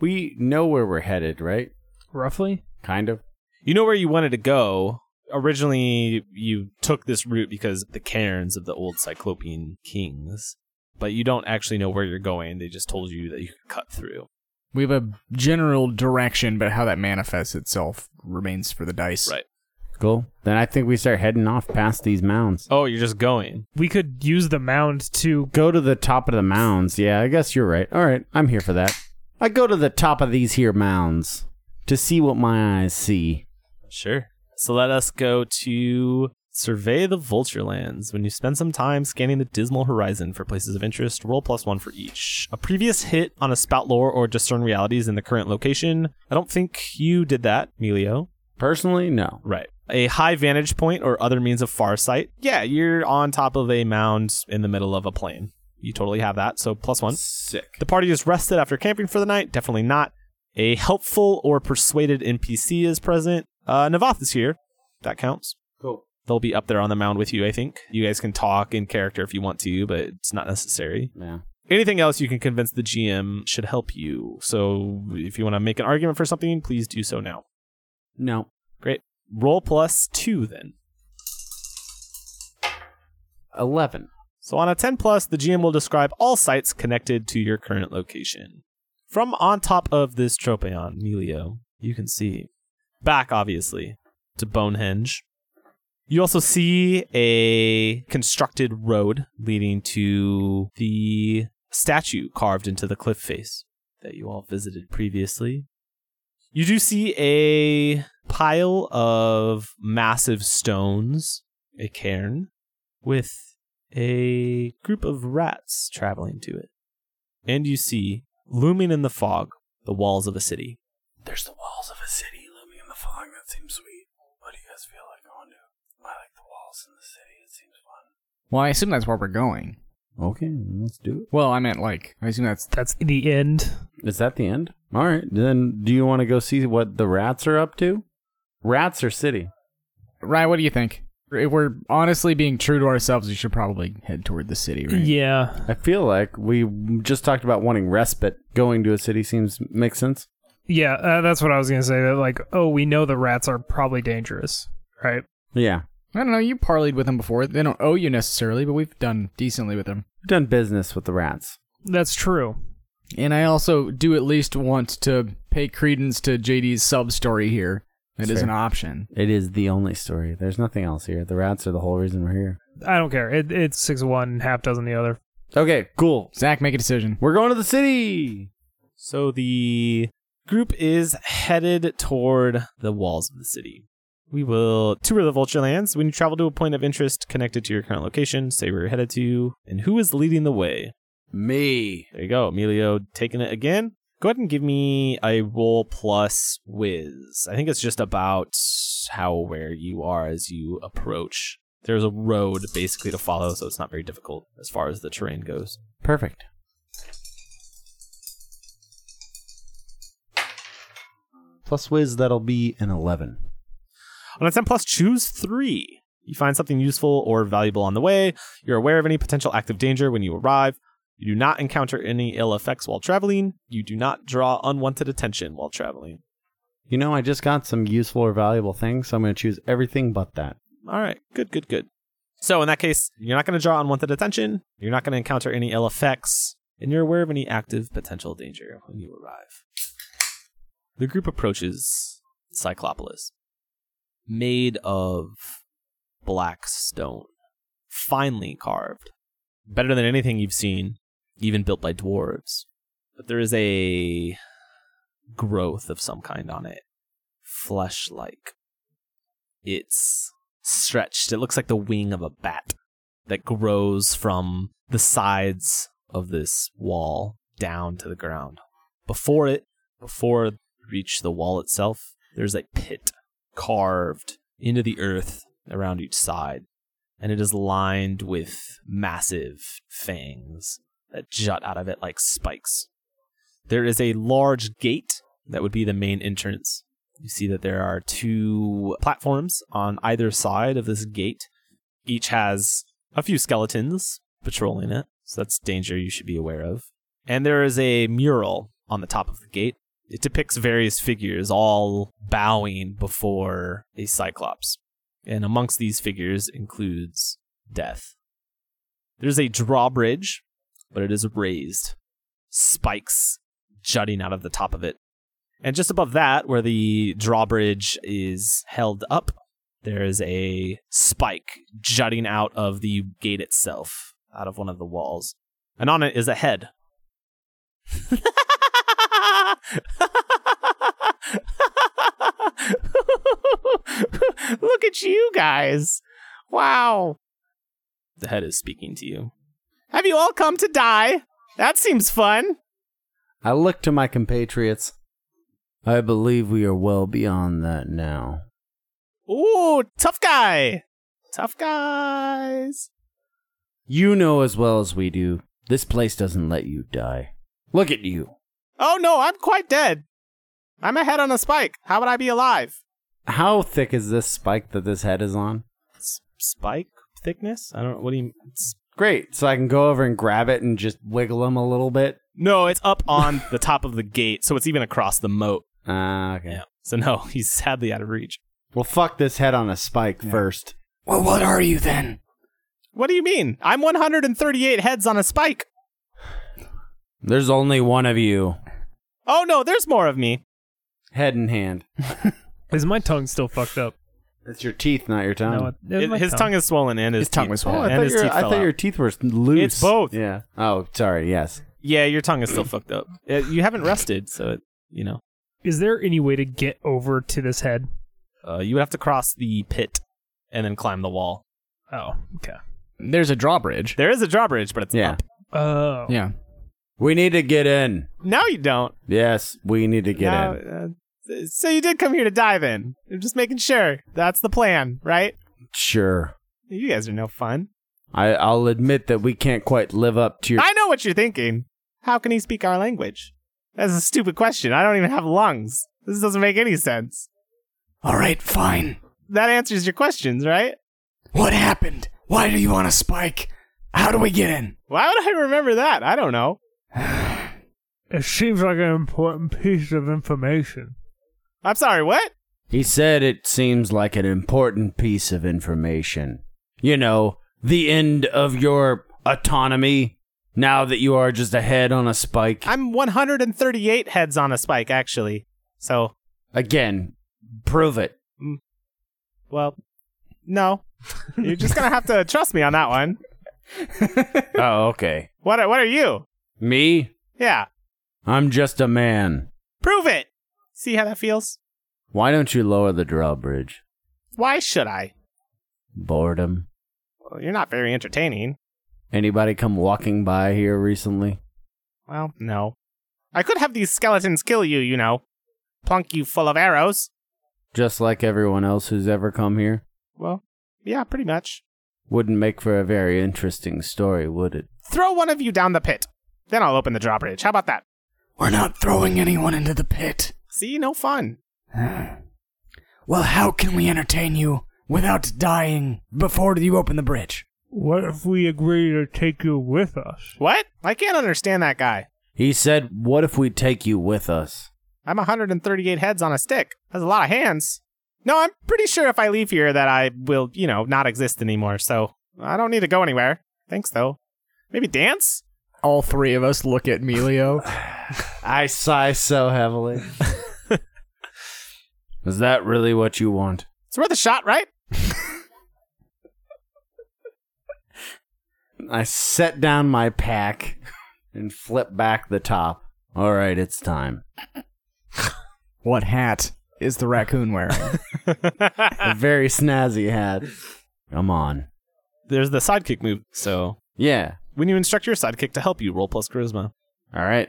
S2: We know where we're headed, right?
S3: Roughly?
S2: Kind of.
S1: You know where you wanted to go. Originally, you took this route because of the cairns of the old Cyclopean kings, but you don't actually know where you're going. They just told you that you could cut through.
S4: We have a general direction, but how that manifests itself remains for the dice.
S1: Right.
S2: Cool. Then I think we start heading off past these mounds.
S1: Oh, you're just going.
S3: We could use the mound to.
S2: Go to the top of the mounds. Yeah, I guess you're right. All right, I'm here for that. I go to the top of these here mounds to see what my eyes see.
S1: Sure. So let us go to survey the vulture lands. When you spend some time scanning the dismal horizon for places of interest, roll plus one for each. A previous hit on a spout lore or discern realities in the current location. I don't think you did that, Melio.
S2: Personally, no.
S1: Right. A high vantage point or other means of far sight. Yeah, you're on top of a mound in the middle of a plain. You totally have that. So plus one.
S2: Sick.
S1: The party is rested after camping for the night. Definitely not. A helpful or persuaded NPC is present. Uh, Navath is here. That counts.
S2: Cool.
S1: They'll be up there on the mound with you, I think. You guys can talk in character if you want to, but it's not necessary.
S2: Yeah.
S1: Anything else you can convince the GM should help you. So if you want to make an argument for something, please do so now.
S2: No.
S1: Great. Roll plus two then.
S2: 11.
S1: So on a 10 plus, the GM will describe all sites connected to your current location. From on top of this Tropeon, Melio, you can see back, obviously, to Bonehenge. You also see a constructed road leading to the statue carved into the cliff face that you all visited previously. You do see a pile of massive stones, a cairn, with a group of rats traveling to it. And you see, looming in the fog, the walls of a city.
S2: There's the walls of a city looming in the fog. That seems sweet. What do you guys feel like going to? I like the walls in the city. It seems fun.
S4: Well, I assume that's where we're going.
S2: Okay, let's do
S4: Well, I meant like I assume that's
S3: That's the end.
S2: it. Is that the end? All right. Then do you want to go see what the rats are up to? Rats or city?
S4: Ryan. What do you think? If we're honestly being true to ourselves, we should probably head toward the city, right?
S3: Yeah.
S2: I feel like we just talked about wanting respite. Going to a city seems makes sense.
S3: Yeah, uh, that's what I was going to say. That, like, oh, we know the rats are probably dangerous, right?
S2: Yeah,
S4: I don't know. You parlayed with them before. They don't owe you necessarily, but we've done decently with them.
S2: we've done business with the rats.
S3: That's true.
S4: And I also do at least want to pay credence to JD's sub story here. That is
S2: That's
S4: an
S2: fair.
S4: option.
S2: It is the only story. There's nothing else here. The rats are the whole reason we're here.
S3: I don't care. It, it's six of one, half dozen the other.
S2: Okay, cool.
S4: Zach, make a decision.
S2: We're going to the city.
S1: So the group is headed toward the walls of the city. We will tour the Vulture Lands when you travel to a point of interest connected to your current location. Say where you're headed to and who is leading the way.
S2: Me.
S1: There you go, Emilio taking it again. Go ahead and give me a roll plus whiz. I think it's just about how where you are as you approach. There's a road basically to follow, so it's not very difficult as far as the terrain goes.
S2: Perfect. Plus whiz, that'll be an eleven.
S1: On a 10 plus, choose three. You find something useful or valuable on the way. You're aware of any potential active danger when you arrive. You do not encounter any ill effects while traveling. You do not draw unwanted attention while traveling.
S2: You know, I just got some useful or valuable things, so I'm going to choose everything but that.
S1: All right, good, good, good. So in that case, you're not going to draw unwanted attention. You're not going to encounter any ill effects, and you're aware of any active potential danger when you arrive. The group approaches Cyclopolis, made of black stone, finely carved, better than anything you've seen, even built by dwarves. But there is a growth of some kind on it, flesh-like. It's stretched. It looks like the wing of a bat that grows from the sides of this wall down to the ground. Before it, before you reach the wall itself, there's a pit carved into the earth around each side, and it is lined with massive fangs that jut out of it like spikes. There is a large gate that would be the main entrance you see that there are two platforms on either side of this gate. Each has a few skeletons patrolling it, so that's danger you should be aware of. And there is a mural on the top of the gate. It depicts various figures all bowing before a cyclops. And amongst these figures includes death. There's a drawbridge, but it is raised, spikes jutting out of the top of it. And just above that, where the drawbridge is held up, there is a spike jutting out of the gate itself, out of one of the walls. And on it is a head. Look at you guys. Wow. The head is speaking to you. Have you all come to die? That seems fun.
S2: I look to my compatriots. I believe we are well beyond that now.
S1: Ooh, tough guy. Tough guys.
S2: You know as well as we do, this place doesn't let you die. Look at you.
S1: Oh no, I'm quite dead. I'm a head on a spike. How would I be alive?
S2: How thick is this spike that this head is on?
S1: spike thickness? I don't. What do you? It's,
S2: Great. So I can go over and grab it and just wiggle him a little bit.
S1: no, it's up on the top of the gate, so it's even across the moat.
S2: Ah, okay.
S1: So no, he's sadly out of reach.
S2: Well, fuck this head on a spike first.
S4: Well, what are you then?
S1: What do you mean? I'm 138 heads on a spike.
S2: There's only one of you.
S1: Oh no, there's more of me.
S2: Head in hand.
S3: Is my tongue still fucked up?
S2: It's your teeth, not your tongue.
S3: No, it- it's
S1: It-
S3: my
S1: his tongue is swollen and his,
S4: His tongue
S1: teeth-
S4: was
S2: Oh,
S4: swollen.
S1: and
S2: I thought,
S1: his
S2: your,
S1: teeth
S2: I
S1: fell
S2: thought
S1: out.
S2: your teeth were loose.
S1: It's both.
S2: Yeah. Oh, sorry. Yes.
S1: Yeah, your tongue is still fucked up. Uh, you haven't rested, so it, you know.
S3: Is there any way to get over to this head?
S1: Uh, you would have to cross the pit and then climb the wall.
S3: Oh, okay.
S4: There's a drawbridge.
S1: There is a drawbridge, but it's
S2: Yeah.
S1: up.
S3: Oh,
S4: Yeah.
S2: We need to get in.
S1: No, you don't.
S2: Yes, we need to get
S1: No,
S2: in.
S1: uh, So you did come here to die then. I'm just making sure. That's the plan, right?
S2: Sure.
S1: You guys are no fun.
S2: I, I'll admit that we can't quite live up to your.
S1: I know what you're thinking. How can he speak our language? That's a stupid question. I don't even have lungs. This doesn't make any sense.
S4: All right, fine.
S1: That answers your questions, right?
S4: What happened? Why do you want a spike? How do we get in?
S1: Why would I remember that? I don't know.
S3: It seems like an important piece of information.
S1: I'm sorry, what?
S2: He said it seems like an important piece of information. You know, the end of your autonomy now that you are just a head on a spike.
S1: I'm 138 heads on a spike, actually. So,
S2: Again, prove it.
S1: well, no. You're just gonna have to trust me on that one.
S2: oh, okay.
S1: What are, what are you?
S2: Me?
S1: Yeah.
S2: I'm just a man.
S1: Prove it. See how that feels?
S2: Why don't you lower the drawbridge?
S1: Why should I?
S2: Boredom.
S1: Well, you're not very entertaining.
S2: Anybody come walking by here recently?
S1: Well, no. I could have these skeletons kill you, you know. Plunk you full of arrows.
S2: Just like everyone else who's ever come here?
S1: Well, yeah, pretty much.
S2: Wouldn't make for a very interesting story, would it?
S1: Throw one of you down the pit. Then I'll open the drawbridge. How about that?
S4: We're not throwing anyone into the pit.
S1: See, no fun.
S4: Well, how can we entertain you without dying before you open the bridge?
S3: What if we agree to take you with us?
S1: What? I can't understand that guy.
S2: He said, What if we take you with us?
S1: I'm 138 heads on a stick. That's a lot of hands. No, I'm pretty sure if I leave here that I will, you know, not exist anymore, so I don't need to go anywhere. Thanks, though. Maybe dance?
S4: All three of us look at Melio.
S2: I sigh so heavily. Is that really what you want?
S1: It's worth a shot, right?
S2: I set down my pack and flip back the top. All right, it's time.
S4: what hat is the raccoon wearing?
S2: A very snazzy hat. Come on.
S6: There's the sidekick move. So
S2: Yeah.
S6: when you instruct your sidekick to help you, roll plus charisma.
S2: All right.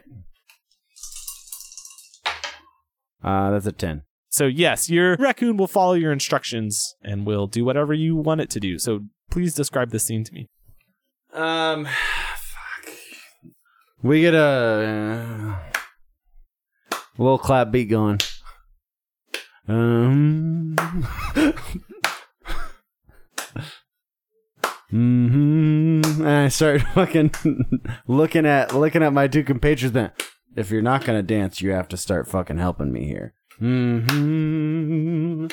S2: Uh, that's a 10.
S6: So yes, your raccoon will follow your instructions and will do whatever you want it to do. So please describe this scene to me.
S2: Um, fuck. We get a uh, little clap beat going. Um. hmm mm-hmm. I started fucking looking at looking at my two compatriots. Then, if you're not gonna dance, you have to start fucking helping me here. Hmm.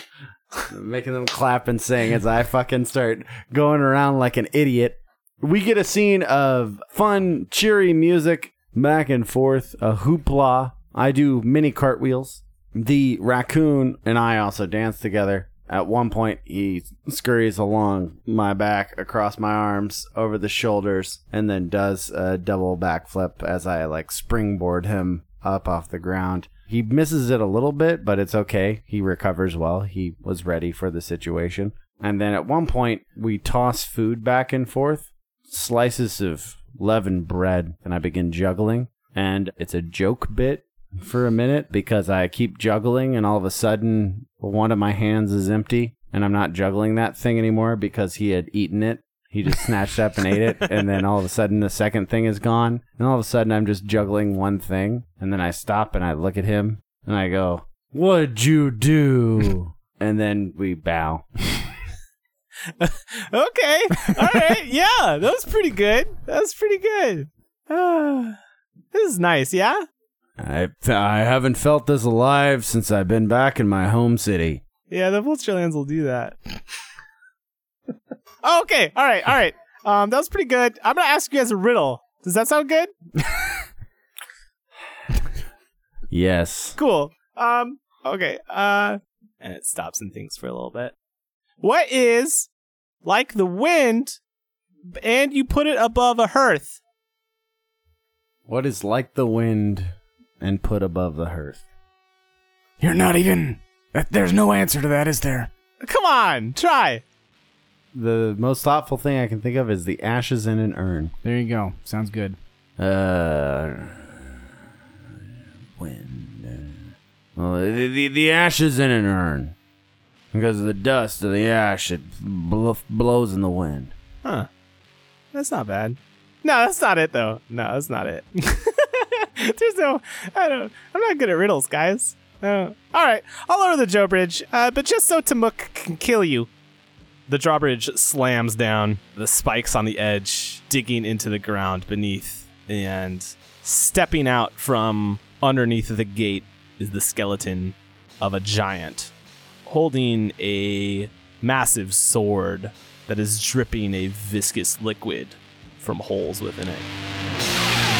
S2: Making them clap and sing as I fucking start going around like an idiot we get a scene of fun, cheery music back and forth, a hoopla. I do mini cartwheels. The raccoon and I also dance together. At one point, he scurries along my back, across my arms, over the shoulders, and then does a double backflip as I like springboard him up off the ground. He misses it a little bit, but it's okay. He recovers well. He was ready for the situation. And then at one point, we toss food back and forth slices of leavened bread and I begin juggling. And it's a joke bit for a minute because I keep juggling and all of a sudden one of my hands is empty and I'm not juggling that thing anymore because he had eaten it. He just snatched up and ate it. And then all of a sudden the second thing is gone. And all of a sudden I'm just juggling one thing. And then I stop and I look at him and I go, What'd you do? and then we bow.
S1: Okay. All right. Yeah, that was pretty good. That was pretty good. Ah, this is nice, yeah?
S2: I, I haven't felt this alive since I've been back in my home city.
S1: Yeah, the Vulturelands will do that. Oh, okay, all right, all right. Um, that was pretty good. I'm gonna ask you guys a riddle. Does that sound good?
S2: Yes.
S1: Cool. Um, okay. Uh,
S6: And it stops and thinks for a little bit.
S1: what is like the wind, and you put it above a hearth?
S2: What is like the wind and put above the hearth?
S4: You're not even. that- There's no answer to that, is there?
S1: Come on, try.
S2: The most thoughtful thing I can think of is the ashes in an urn.
S4: There you go. Sounds good.
S2: Uh, wind. Well, the, the, the ashes in an urn. Because of the dust of the ash, it bl- blows in the wind.
S7: Huh. That's not bad. No, that's not it though. No, that's not it. There's no I don't I'm not good at riddles, guys. Uh, all right, I'll lower the drawbridge, uh, but just so Tamuk can kill you.
S1: The drawbridge slams down, the spikes on the edge digging into the ground beneath, and stepping out from underneath the gate is the skeleton of a giant holding a massive sword that is dripping a viscous liquid from holes within it.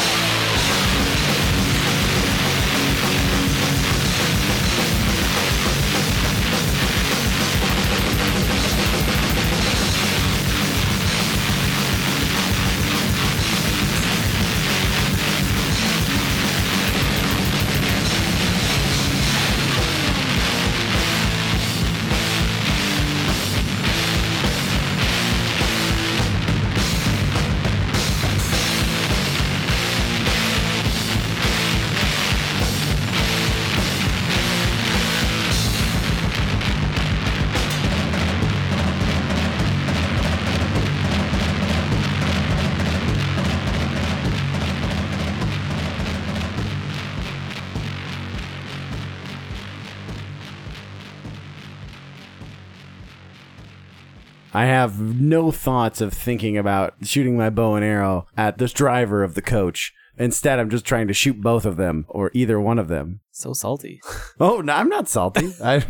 S2: I have no thoughts of thinking about shooting my bow and arrow at this driver of the coach. Instead, I'm just trying to shoot both of them or either one of them.
S7: So salty.
S2: Oh, no, I'm not salty. I,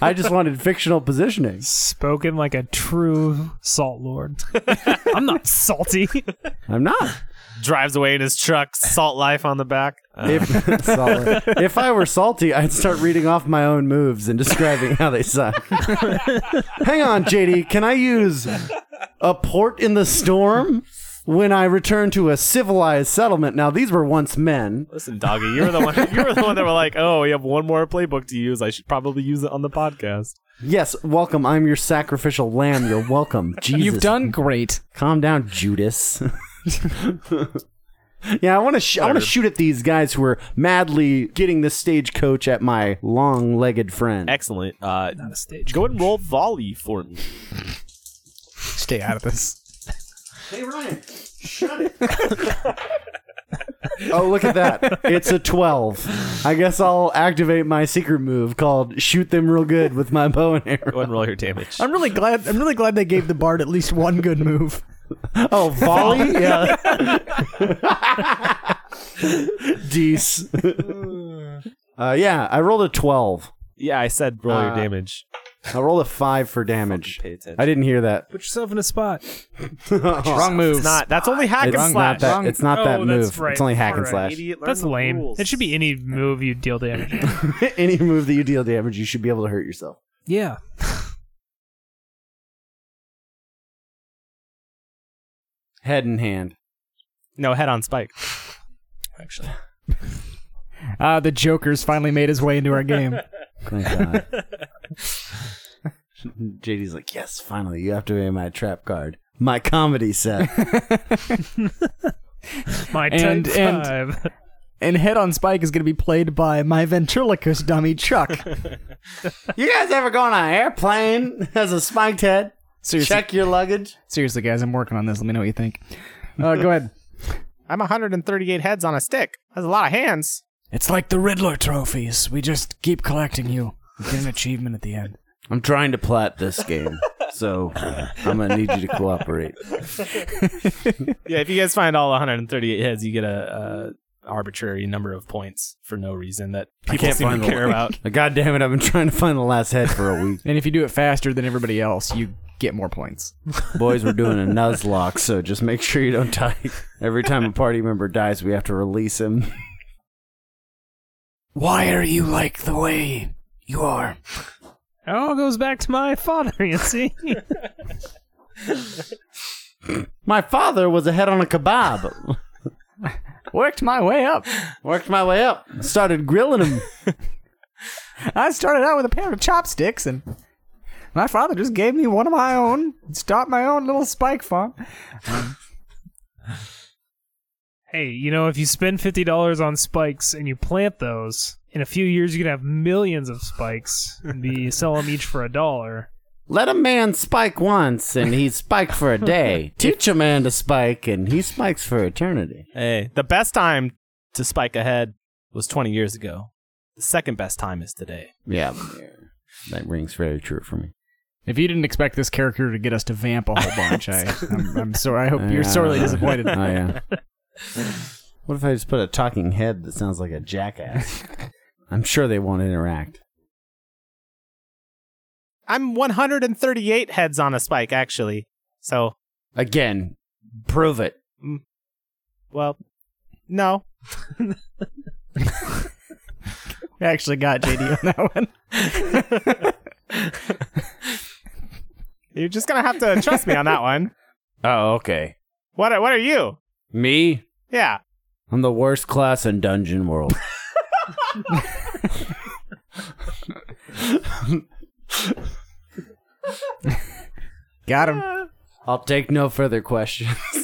S2: I just wanted fictional positioning.
S3: Spoken like a true salt lord. I'm not salty.
S2: I'm not.
S7: Drives away in his truck, salt life on the back.
S1: Uh,
S2: If, solid. if I were salty, I'd start reading off my own moves and describing how they suck. Hang on, JD. Can I use a port in the storm when I return to a civilized settlement? Now, these were once men.
S1: Listen, doggy, you were the one. You were the one that were like, "Oh, you have one more playbook to use. I should probably use it on the podcast."
S2: Yes, welcome. I'm your sacrificial lamb. You're welcome. Jesus.
S4: You've done great.
S2: Calm down, Judas. yeah, I want to. Sh- I want to shoot at these guys who are madly getting the stagecoach at my long-legged friend.
S1: Excellent. Uh,
S3: Not a stage.
S1: go ahead and roll volley for me.
S4: Stay out of this.
S2: oh, look at that! It's a twelve. I guess I'll activate my secret move called "Shoot Them Real Good" with my bow and
S1: Go
S2: arrow.
S1: ahead and roll your damage.
S4: I'm really glad. I'm really glad they gave the bard at least one good move.
S2: Oh, volley! Yeah. Dece. Uh, yeah, I rolled a twelve.
S1: yeah, I said roll your
S2: Uh,
S1: damage.
S2: I rolled a five for damage.
S1: Pay attention.
S2: I didn't hear that.
S3: Put yourself in a spot.
S4: Wrong move.
S1: It's not. That's only hack
S2: It's
S1: and
S2: not
S1: slash.
S2: that. It's not
S3: Oh,
S2: that
S3: that's
S2: move.
S3: right.
S2: It's only hack and
S3: Alright.
S2: slash.
S1: Idiot, learn
S3: That's
S1: the
S3: lame.
S1: rules.
S3: It should be any move you deal damage. in.
S2: Any move that you deal damage, you should be able to hurt yourself.
S3: yeah.
S2: Head in hand.
S7: No, head on spike.
S3: Actually.
S4: Ah, the Joker's finally made his way into our game.
S2: Thank God. JD's like, yes, finally, you have to be my trap card. My comedy set.
S3: My and,
S4: And- and-
S3: five.
S4: and Head on Spike is going to be played by my ventriloquist dummy Chuck.
S2: you guys ever go on an airplane as a spiked head?
S4: Seriously,
S2: your luggage.
S4: seriously, guys, I'm working on this. Let me know what you think. Uh, go ahead.
S7: I'm 138 heads on a stick. That's a lot of hands.
S4: It's like the Riddler trophies. We just keep collecting you. You get an achievement at the end.
S2: I'm trying to plot this game, so I'm gonna need you to cooperate.
S1: Yeah, if you guys find all 138 heads, you get a, a arbitrary number of points for no reason that people
S2: can't
S1: seem
S2: find
S1: to
S2: the
S1: care about.
S2: God damn it, I've been trying to find the last head for a week.
S4: And if you do it faster than everybody else, you get more points.
S2: Boys, we're doing a nuzlocke, so just make sure you don't die. Every time a party member dies, we have to release him.
S4: Why are you like the way you are?
S3: It all goes back to my father, you see?
S2: My father was a head on a kebab.
S4: Worked my way up.
S2: Worked my way up. Started grilling him.
S4: I started out with a pair of chopsticks, and my father just gave me one of my own. Start my own little spike farm.
S3: Hey, you know, if you spend fifty dollars on spikes and you plant those, in a few years you can have millions of spikes and be sell them each for a dollar.
S2: Let a man spike once and he spiked for a day. Teach a man to spike and he spikes for eternity.
S1: Hey, the best time to spike ahead was 20 years ago. The second best time is today.
S2: Yeah. That rings very true for me.
S4: If you didn't expect this character to get us to vamp a whole bunch, I, I'm, I'm sorry. I hope you're sorely disappointed.
S2: Oh, yeah. What if I just put a talking head that sounds like a jackass? I'm sure they won't interact.
S7: I'm 138 heads on a spike, actually. So,
S2: Again, prove it.
S7: well, no.
S4: I actually got JD on that one.
S7: You're just going to have to trust me on that one.
S2: Oh, okay.
S7: What are, what are you?
S2: Me?
S7: Yeah.
S2: I'm the worst class in Dungeon World.
S4: Got him.
S2: I'll take no further questions.